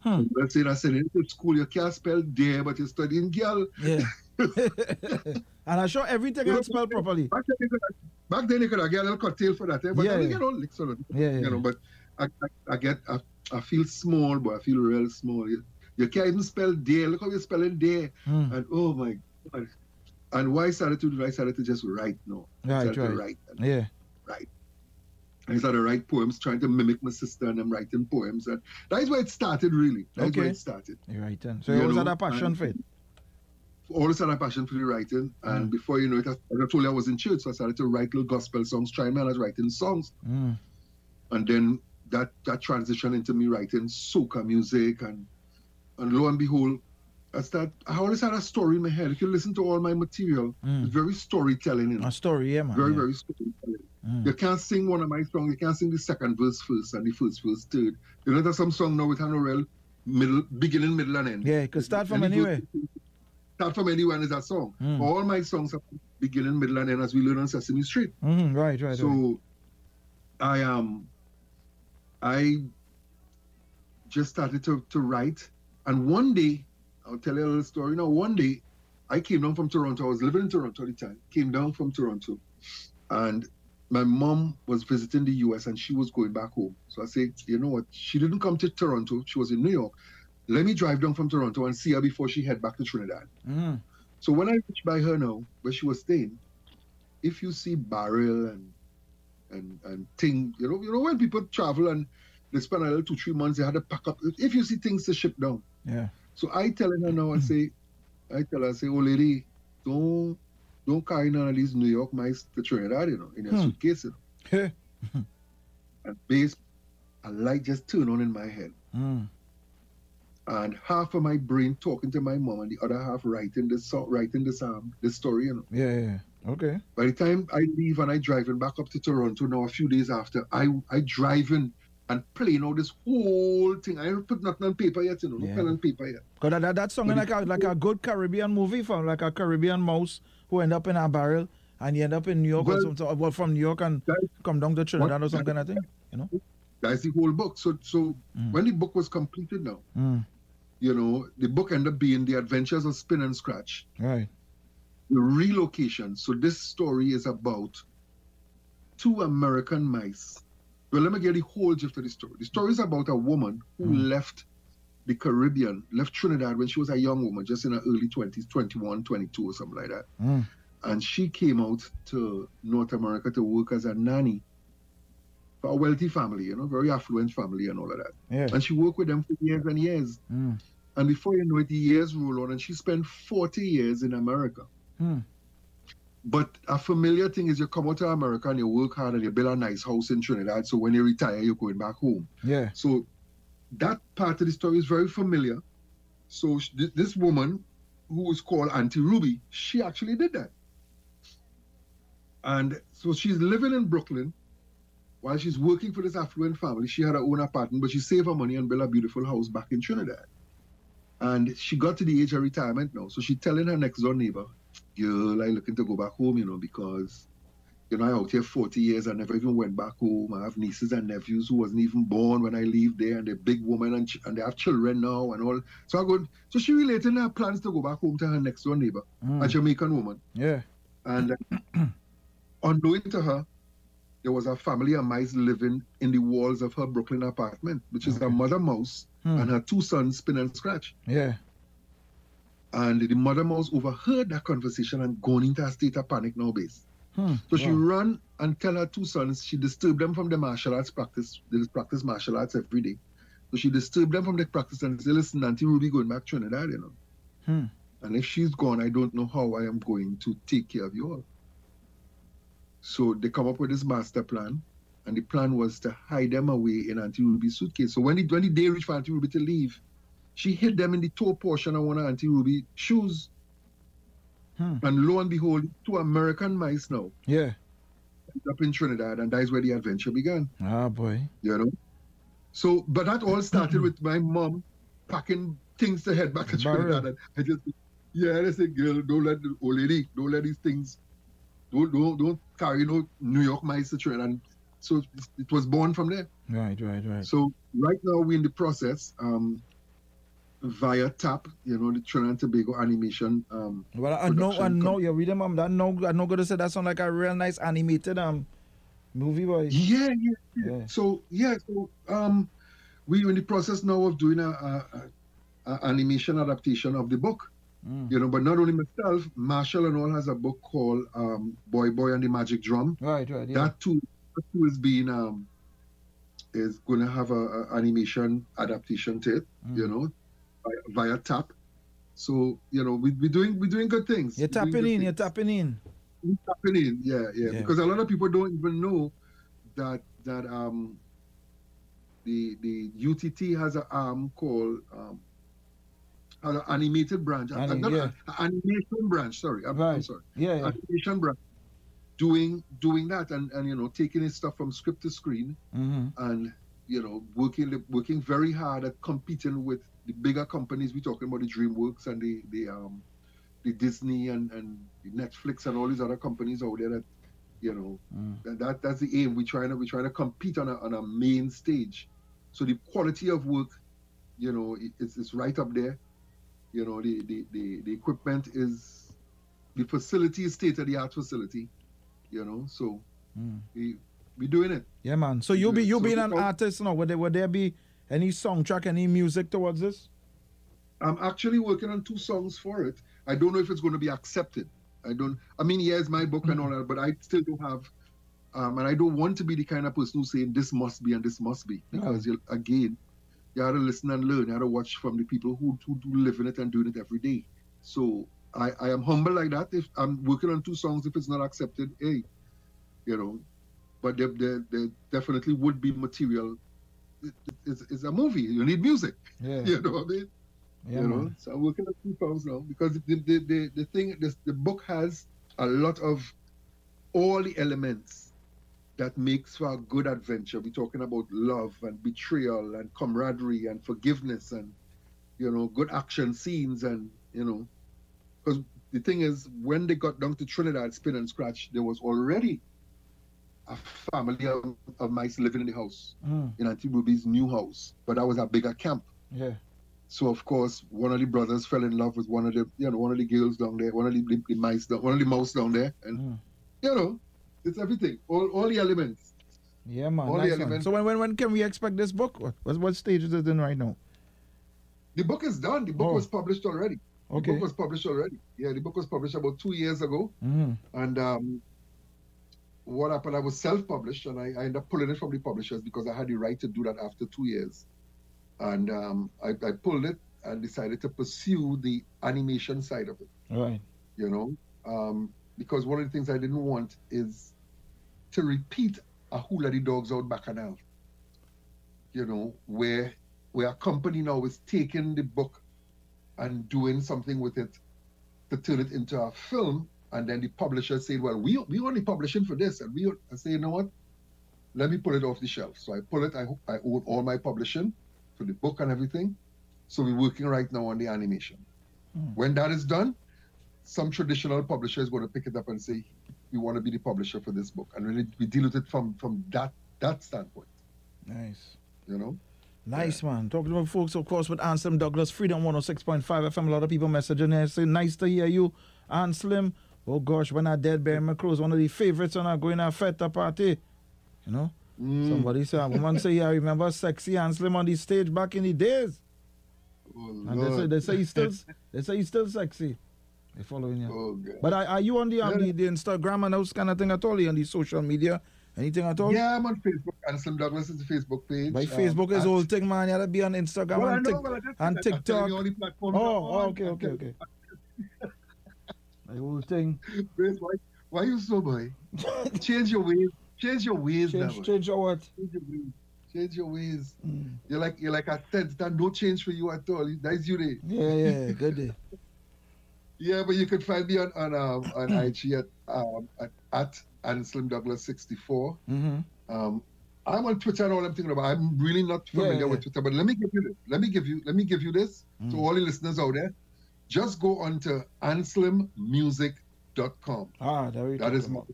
S1: Hmm.
S2: I'm not saying I said it to school. You can't spell there, but you're studying girl.
S1: Yeah. [laughs] and I'm sure everything I spell properly.
S2: Back then, you could, back then you could have get a little cocktail for that. Eh? But
S1: Yeah,
S2: I mean,
S1: yeah.
S2: you know, licks on it,
S1: Yeah, yeah.
S2: you know. But I, I, I get, I, I feel small, but I feel real small. You, you can't even spell there. Look how you're spelling there.
S1: Hmm.
S2: And oh my god. And why I started to do? I started to just write now. I
S1: Right,
S2: started to
S1: right.
S2: write.
S1: Yeah.
S2: I started to write poems, trying to mimic my sister, and I'm writing poems. And that's where it started, really. That's where
S1: Okay.
S2: it started.
S1: You're right. Then. So
S2: You
S1: you always
S2: know,
S1: had a passion
S2: and-
S1: for it.
S2: all of a sudden I passion for the writing,
S1: Mm.
S2: and before you know it, I, I told you I was in church, so I started to write little gospel songs, trying my hand at writing songs,
S1: Hmm.
S2: and then that that transitioned into me writing soca music, and and lo and behold, I start. I always had a story in my head. If you listen to all my material,
S1: Mm.
S2: it's very storytelling, you know,
S1: A story, yeah, man.
S2: very
S1: yeah.
S2: very storytelling.
S1: Mm.
S2: You can't sing one of my songs. You can't sing the second verse first and the first verse third. You know there's some song now with Hannah Rell, middle beginning, middle, and end.
S1: Yeah, it could start from
S2: Any good- Oh.
S1: anywhere.
S2: Start from anywhere is that song.
S1: Mm.
S2: All my songs are beginning, middle, and end as we learn on Sesame Street.
S1: Mhm, Right, right, right.
S2: so I um I just started to, to write. And one day, I'll tell you a little story. Now, one day I came down from Toronto. I was living in Toronto at the time. Came down from Toronto. And my mom was visiting the US and she was going back home. So I said, you know what? She didn't come to Toronto. She was in New York. Let me drive down from Toronto and see her before she head back to Trinidad.
S1: Mm.
S2: So when I reached by her now, where she was staying, if you see barrel and and and thing, you know, you know when people travel and they spend a little two three months, they had to pack up. If you see things to ship down,
S1: Yeah. [laughs]
S2: so I tell her now, I say, I tell her, I say, oh lady, don't don't carry none of these New York mice to Trinidad, you know, in your
S1: Hmm.
S2: suitcase. You know.
S1: Heh.
S2: And base, a light just turned on in my head,
S1: Mm.
S2: and half of my brain talking to my mom, and the other half writing this song, writing this um this story, you know.
S1: Yeah, yeah, yeah. Okay.
S2: By the time I leave and I drive in back up to Toronto now, a few days after, I I drive in and playing out this whole thing. I haven't put nothing on paper yet, you know, no
S1: Yeah.
S2: pen and paper yet.
S1: Because that, that, that song
S2: But
S1: like a, like a good Caribbean movie from like a Caribbean mouse who end up in a barrel and you end up in New York or
S2: Well-
S1: something. Well, from New York and
S2: That-
S1: come down to Trinidad or
S2: What-
S1: some kind of thing. You know?
S2: That's the whole book. So so
S1: Mm.
S2: when the book was completed now,
S1: Mm.
S2: you know, the book ended up being The Adventures of Spin and Scratch,
S1: Right.
S2: the relocation. So this story is about two American mice. Well, let me get the whole gist of the story. The story is about a woman who
S1: Mm.
S2: left the Caribbean, left Trinidad when she was a young woman, just in her early 20s, 21, 22, or something like that.
S1: Mm.
S2: And she came out to North America to work as a nanny for a wealthy family, you know, very affluent family and all of that.
S1: Yeah.
S2: And she worked with them for years and years.
S1: Mm.
S2: And before you know it, the years roll on, and she spent 40 years in America.
S1: Hmm.
S2: But a familiar thing is you come out to America and you work hard and you build a nice house in Trinidad. So when you retire, you're going back home.
S1: Yeah.
S2: So that part of the story is very familiar. So sh- th- this woman, who is called Auntie Ruby, she actually did that. And so she's living in Brooklyn while she's working for this affluent family. She had her own apartment, but she saved her money and built a beautiful house back in Trinidad. And she got to the age of retirement now. So she's telling her next door neighbor, girl, I looking to go back home, you know, because, you know, I out here 40 years. I never even went back home. I have nieces and nephews who wasn't even born when I leave there, and they're big women and, ch- and they have children now and all. So I go, so she relating her plans to go back home to her next door neighbor, a
S1: Mm.
S2: Jamaican woman.
S1: Yeah.
S2: And
S1: [clears throat]
S2: uh, unknowing to her, there was a family of mice living in the walls of her Brooklyn apartment, which is her
S1: Okay.
S2: mother mouse
S1: Hmm.
S2: and her two sons, Spin and Scratch.
S1: Yeah.
S2: And the mother mouse overheard that conversation and gone into a state of panic now, base.
S1: Hmm.
S2: So she
S1: Wow.
S2: ran and tell her two sons she disturbed them from the martial arts practice. They just practice martial arts every day. So she disturbed them from their practice and said, listen, Auntie Ruby going back to Trinidad, you know.
S1: Hmm.
S2: And if she's gone, I don't know how I am going to take care of you all. So they come up with this master plan and the plan was to hide them away in Auntie Ruby's suitcase. So when the, when the day reached for Auntie Ruby to leave, she hid them in the toe portion of one of Auntie Ruby's shoes.
S1: Hmm.
S2: And lo and behold, two American mice now
S1: Yeah.
S2: ended up in Trinidad, and that is where the adventure began,
S1: Ah, boy.
S2: you know? So, but that all started with my mom packing things to head back to
S1: Barrel.
S2: Trinidad. And I just, yeah, I said, girl, don't let, the old lady, don't let these things, don't, don't, don't carry no New York mice to Trinidad. And so it was born from there.
S1: Right, right, right.
S2: So right now we're in the process um, via TAP, you know, the Trinidad and Tobago Animation. Um,
S1: Well, I know, I
S2: production
S1: know.
S2: com-
S1: You read them, I'm that no, I no gonna say that sound like a real nice animated um movie, boy.
S2: yeah, yeah,
S1: Yeah.
S2: So yeah, so um, we're in the process now of doing a, a, a, a animation adaptation of the book.
S1: Mm.
S2: You know, but not only myself, Marshall and all has a book called um, Boy Boy and the Magic Drum.
S1: Right, right. Yeah.
S2: That too, that too is being um, is going to have a, a animation adaptation to it.
S1: Mm.
S2: you know, via, via tap. So you know, we we doing we doing good things.
S1: You're
S2: We're
S1: tapping
S2: doing good
S1: in. You're
S2: things.
S1: tapping in.
S2: We're tapping in. Yeah, yeah,
S1: Yeah.
S2: Because a lot of people don't even know that that um the the UTT has an arm called um an animated branch, uh,
S1: Ani-
S2: not a-
S1: yeah.
S2: a animation branch. Sorry, I'm, I'm
S1: Right.
S2: sorry,
S1: Yeah, yeah.
S2: animation branch. Doing doing that and and you know taking his stuff from script to screen
S1: Mm-hmm.
S2: and you know working working very hard at competing with the bigger companies we're talking about the dreamworks and the the um the disney and and the netflix and all these other companies out there that you know
S1: Mm.
S2: that, that that's the aim we're trying to we're trying to compete on a, on a main stage so the quality of work you know it, it's, it's right up there you know the the, the the equipment is the facility is state of the art facility you know so
S1: Mm.
S2: we we're doing it
S1: Yeah, man. So you be
S2: Yeah,
S1: you
S2: so
S1: being
S2: we
S1: an
S2: all-
S1: artist now. Would there, would there be any soundtrack, any music towards this?
S2: I'm actually working on two songs for it. I don't know if it's going to be accepted. I don't. I mean, yes, my book and all that, but I still don't have. Um, and I don't want to be the kind of person who's saying this must be and this must be because you again, you have to listen and learn. You have to watch from the people who who do live in it and doing it every day. So I I am humble like that. If I'm working on two songs, if it's not accepted, hey, you know, but there there, there definitely would be material. It, it- it's, it's a movie. You need music.
S1: Yeah.
S2: [laughs] You know what I mean?
S1: Yeah,
S2: you know,
S1: man.
S2: so I'm working on two films now because the the, the, the thing this, the book has a lot of all the elements that makes for a good adventure. We're talking about love and betrayal and camaraderie and forgiveness and you know good action scenes and you know because the thing is when they got down to Trinidad Spin and Scratch, there was already a family of, of mice living in the house
S1: Mm.
S2: in Auntie Ruby's new house, but that was a bigger camp.
S1: Yeah.
S2: So of course, one of the brothers fell in love with one of the, you know, one of the girls down there, one of the, the, the mice, down, one of the mouse down there, and
S1: Mm.
S2: you know, it's everything, all all the elements.
S1: Yeah, man.
S2: All the
S1: nice one.
S2: elements-
S1: So when, when when can we expect this book? What what, what stage is it in right now?
S2: The book is done. The book
S1: Oh.
S2: was published already. The
S1: Okay.
S2: book was published already. Yeah, the book was published about two years ago,
S1: Mm.
S2: and um, what happened? I was self-published, and I, I ended up pulling it from the publishers because I had the right to do that after two years, and um, I, I pulled it and decided to pursue the animation side of it.
S1: Right.
S2: you know, um, because one of the things I didn't want is to repeat a hula the dogs out bacchanal, you know, where where a company now is taking the book and doing something with it to turn it into a film, and then the publisher said, "Well, we we only publishing for this," and we I say, "You know what? Let me pull it off the shelf." So I pull it. I ho- I own all my publishing for the book and everything. So we're working right now on the animation.
S1: Mm.
S2: When that is done, some traditional publisher is going to pick it up and say, "We want to be the publisher for this book," and really we deal with it from from that that standpoint,
S1: Nice.
S2: you know.
S1: Nice man. Talking about folks, of course, with Anselm Douglas, Freedom 106.5 FM. A lot of people messaging there saying, Nice to hear you, Anselm. Oh gosh, when I dead Barry McClose, one of the favorites when I go in a feta party. You know?
S2: Mm.
S1: Somebody said a woman say, Yeah, I remember sexy Anselm on the stage back in the days.
S2: Oh,
S1: And they say
S2: Lord.
S1: they say he's still they say he's still sexy. They following you.
S2: [laughs] oh God.
S1: But are, are you on the, on
S2: Yeah.
S1: the, the Instagram and those kind of thing at all? You on the social media? Anything at all?
S2: Yeah, I'm on Facebook. Anselm Douglas is the Facebook page.
S1: My
S2: Um,
S1: Facebook is
S2: and-
S1: old thing, man. You gotta be on Instagram
S2: Well, I
S1: and,
S2: know,
S1: Tik-
S2: well, I just-
S1: and
S2: I'm telling
S1: TikTok.
S2: you all the platforms are
S1: Oh,
S2: on.
S1: okay, okay, okay. [laughs] The whole thing. [laughs]
S2: Grace, Why, why you so boy? Change your ways. Change your ways,
S1: Change,
S2: Devil.
S1: change or what?
S2: Change your ways. Change your ways.
S1: Mm.
S2: You're like you're like a tent that no change for you at all. That's you there.
S1: Yeah, yeah, good day.
S2: Yeah, but you can find me on on um,
S1: [clears throat]
S2: on IG at um at, at Anselm Douglas sixty four.
S1: [laughs] Mm-hmm.
S2: Um, I'm on Twitter and all I'm thinking about. I'm really not familiar
S1: Yeah,
S2: with Twitter, but let me give you this. Let me give you let me give you this to
S1: Mm.
S2: all the listeners out there. Just go on to anselmmusic.com.
S1: Ah, there we
S2: That is my
S1: go.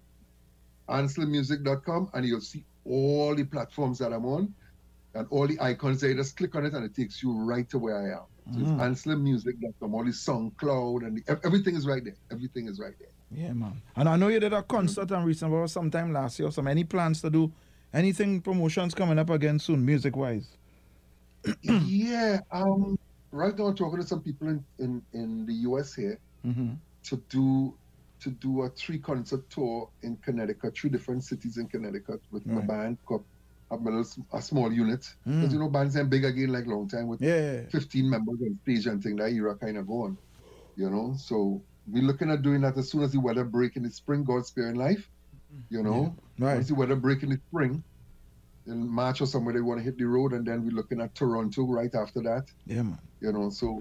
S2: anselmmusic.com and you'll see all the platforms that I'm on and all the icons there. You just click on it and it takes you right to where I am. So
S1: Mhm.
S2: it's anselmmusic.com, all the SoundCloud and the, ev- everything is right there. Everything is right there.
S1: Yeah, man. And I know you did a concert and recent or sometime last year or some. Any plans to do anything promotions coming up again soon, music wise? Mm.
S2: yeah. Um, right now I'm talking to some people in, in, in the US here
S1: Mm-hmm.
S2: to do to do a three concert tour in Connecticut, three different cities in Connecticut with my
S1: Right.
S2: band called a, little, a small unit.
S1: Mm.
S2: Because you know bands ain't big again like long time with
S1: Yeah.
S2: 15 members on stage and thing that era kind of on, you know. So we're looking at doing that as soon as the weather break in the spring, God's sparing life, you know.
S1: Mm-hmm. Right.
S2: Once the weather break in the spring, in March or somewhere, they want to hit the road, and then we're looking at Toronto right after that,
S1: Yeah, man.
S2: you know. So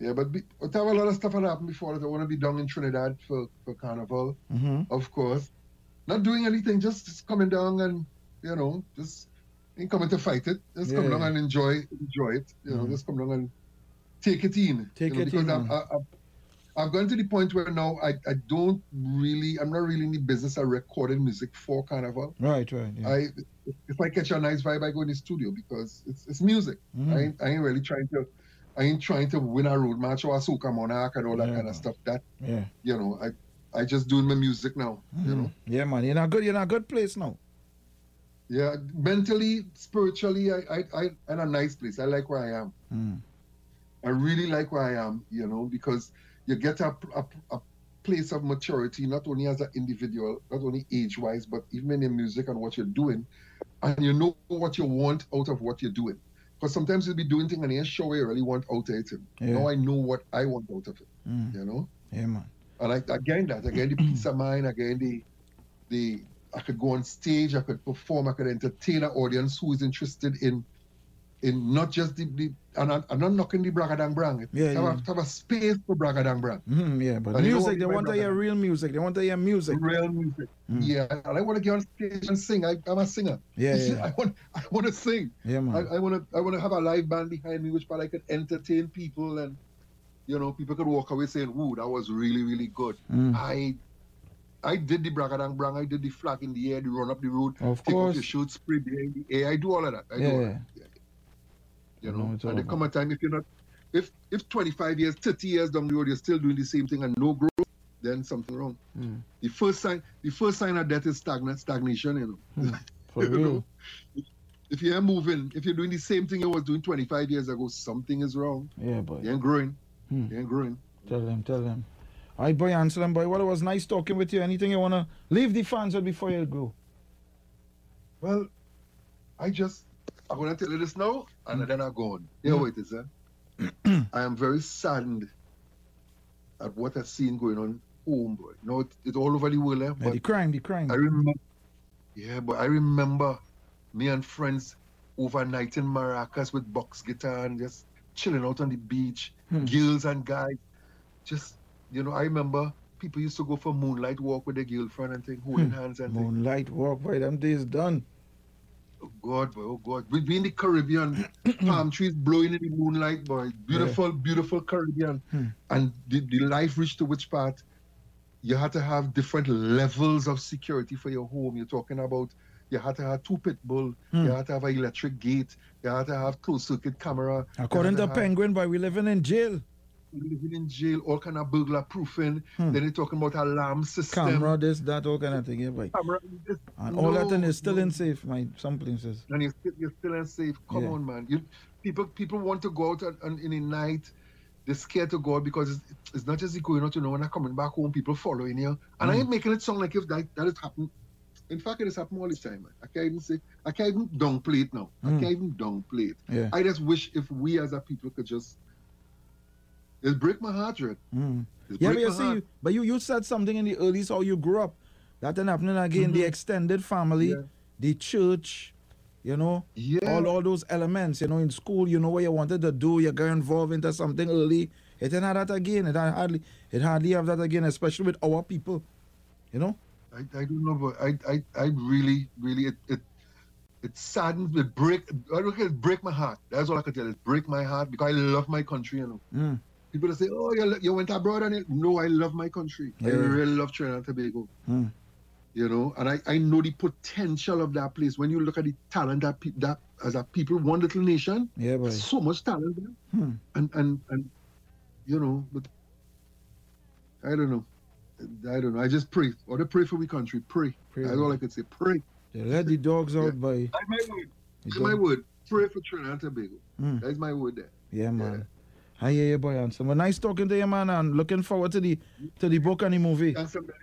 S2: yeah, but be, I have a lot of stuff that happened before that. I want to be down in Trinidad for, for Carnival,
S1: Mm-hmm.
S2: of course. Not doing anything, just, just coming down and you know, just ain't coming to fight it. Just come
S1: Yeah.
S2: down and enjoy enjoy it. You know,
S1: Mhm.
S2: just come down and take it in.
S1: Take
S2: you know,
S1: it
S2: because
S1: in,
S2: I've,
S1: man.
S2: I- I've, I've gotten to the point where now I, I don't really I'm not really in the business of recording music for carnival.
S1: Right, right. Yeah.
S2: I if I catch a nice vibe I go in the studio because it's it's music.
S1: Mhm.
S2: I, ain't, I ain't really trying to I ain't trying to win a road match or a soca monarch and all that
S1: Yeah,
S2: kind
S1: man.
S2: of stuff. That
S1: Yeah.
S2: you know, I I just doing my music now. You know.
S1: Mhm. Yeah, man. You're in a good. You're in a good place now.
S2: Yeah, mentally, spiritually, I, I, I, I'm in a nice place. I like where I am.
S1: Mm.
S2: I really like where I am, you know, because you get a, a, a place of maturity, not only as an individual, not only age wise, but even in your music and what you're doing. And you know what you want out of what you're doing. Because sometimes you'll be doing things and you're sure what you really want out of it.
S1: Yeah.
S2: Now I know what I want out of it,
S1: Mm.
S2: you know?
S1: Yeah, man.
S2: And I, I gained that. I gained the peace of mind. I gained the, the, I could go on stage. I could perform. I could entertain an audience who is interested in, in not just the, the and I, I'm not knocking the bragadang brang.
S1: Yeah,
S2: have,
S1: yeah.
S2: A, have a space for bragadang brang.
S1: Mm, yeah, but
S2: And you know
S1: music.
S2: what
S1: They
S2: my
S1: want to
S2: brother-
S1: hear real music. They want to hear music.
S2: Real music.
S1: Mm.
S2: Yeah. And I want to get on stage and sing. I, I'm a singer.
S1: Yeah, yeah,
S2: [laughs]
S1: Hmm.
S2: I want, I want to sing.
S1: yeah, man.
S2: I, I want to, I want to have a live band behind me, which part I could entertain people and, you know, people could walk away saying, "Ooh, that was really, really good."
S1: Mm.
S2: I I did the bragadang brang, I did the flag in the air, the run up the road,
S1: Of
S2: take off your
S1: course.
S2: shoes, spray behind the air. I do all of that. I do all
S1: Yeah.
S2: that, you
S1: I know
S2: know.
S1: it's all
S2: and there
S1: about-
S2: come a time if you're not if if twenty five years, thirty years down the road you're still doing the same thing and no growth, then something wrong.
S1: Mm.
S2: The first sign the first sign of death is stagnant stagnation, you know.
S1: For
S2: You
S1: real.
S2: know? If you ain't moving, if you're doing the same thing you was doing twenty five years ago, something is wrong.
S1: Yeah, boy.
S2: You ain't growing.
S1: Hmm.
S2: You ain't growing.
S1: Tell them, tell them. All right, boy, Anselm, boy. Well, it was nice talking with you. Anything you want to leave the fans with before you go?
S2: Well, I just, I'm going to tell you this now, and then I'm gone. Here
S1: Mm.
S2: it is, sir. I am very saddened at what I've seen going on home, boy. You know, it, it's all over the world, eh?
S1: Yeah, the
S2: but
S1: crime, the crime.
S2: I remember, yeah, but I remember me and friends overnight in Maracas with box guitar and just chilling out on the beach,
S1: Hmm.
S2: girls and guys. Just, you know, I remember people used to go for moonlight walk with their girlfriend and thing, holding hands and thing.
S1: Moonlight walk, boy. Them days done.
S2: Oh God, boy, oh God. We'd be in
S1: [clears throat]
S2: the Caribbean, palm trees blowing in the moonlight, boy. Beautiful, beautiful Caribbean.
S1: Hmm.
S2: And the, the life reached to which part? You had to have different levels of security for your home. You're talking about you had to have two pit bull,
S1: Hmm.
S2: you had to have an electric gate, you had to have closed circuit camera. you
S1: According to
S2: had have
S1: Penguin, boy, we living in jail.
S2: living in jail, all kind of burglar proofing.
S1: Hmm.
S2: Then you're talking about alarm system.
S1: Camera, this, that, all kind of thing, yeah, boy.
S2: camera this,
S1: And all that
S2: No,
S1: thing is still
S2: no.
S1: in safe, my some places.
S2: and you're still, you're still unsafe. Come
S1: Yeah.
S2: on, man. You people people want to go out and, and in the night. They're scared to go out because it's, it's not just the going out, you know, when I coming back home, people following you. And I
S1: Mm.
S2: ain't making it sound like if that that has happened. In fact, it has happened all the time, man. I can't even say I can't even downplay it now.
S1: Mm.
S2: I can't even downplay it.
S1: Yeah.
S2: I just wish if we as a people could just it break my heart, Red.
S1: Mm.
S2: It
S1: Yeah,
S2: break
S1: but you
S2: my heart.
S1: see, but you, you said something in the early, how you grew up. That ain't happening again. The extended family,
S2: Mm-hmm. Yeah.
S1: the church, you know,
S2: Yeah.
S1: all all those elements. You know, in school, you know what you wanted to do. You got involved into something early. It ain't have that again. It ha- hardly it hardly have that again, especially with our people. You know.
S2: I, I don't know, but I, I, I really, really, it, it, it saddens, it break, I don't care, it break my heart. That's all I can tell. It break my heart because I love my country. You know,
S1: Mm.
S2: people that say, oh, you, you went abroad and it. No, I love my country. I
S1: Yeah.
S2: really love Trinidad and Tobago.
S1: Hmm.
S2: You know, and I, I know the potential of that place. When you look at the talent that pe- that as a people, one little nation,
S1: Yeah, boy.
S2: so much talent there.
S1: Hmm.
S2: and and and you know, but I don't know. I don't know. I just pray. Or to pray for we country. Pray.
S1: Pray.
S2: That's all I could say. Pray.
S1: They let the dogs out,
S2: Yeah.
S1: boy.
S2: That's my word.
S1: The
S2: That's
S1: dog-
S2: my word. Pray for Trinidad and Tobago.
S1: Mm.
S2: That's my word there.
S1: Yeah, man. I hear you, boy, Anson. Well, nice talking to you, man, and looking forward to the to the book and the movie.
S2: Thanks a million.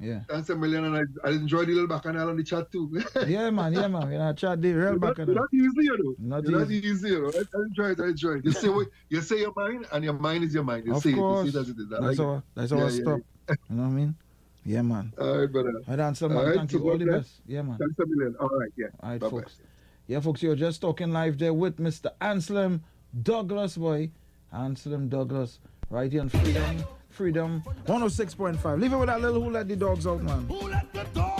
S1: Yeah.
S2: Thanks a million. And I, I enjoyed the little bacchanal on the chat too. [laughs]
S1: Yeah, man. Yeah, man. You know, chat the real
S2: It's
S1: back of
S2: not, it's not easy, you know.
S1: Not
S2: It's not easy, you know. I, I enjoy it. I enjoy it. You say what you say your mind, and your mind is your mind. You
S1: Of
S2: say
S1: course.
S2: it. You say it as it is. I
S1: That's
S2: like
S1: our that's
S2: Yeah,
S1: our
S2: yeah,
S1: stop. You know what I mean? Yeah, man.
S2: it. All right, brother.
S1: All right, Anson, man.
S2: All right,
S1: Thank you.
S2: so
S1: All the
S2: God
S1: best. Yeah, man.
S2: Thanks a million. All right, yeah.
S1: All right,
S2: Bye-bye.
S1: folks. Yeah, folks, you're just talking live there with Mr. Anselm Douglas, boy. Anselm Douglas, right oh here on Freedom, Freedom 106.5. Leave it with that little who let the dogs out, man.
S3: Who let the dog?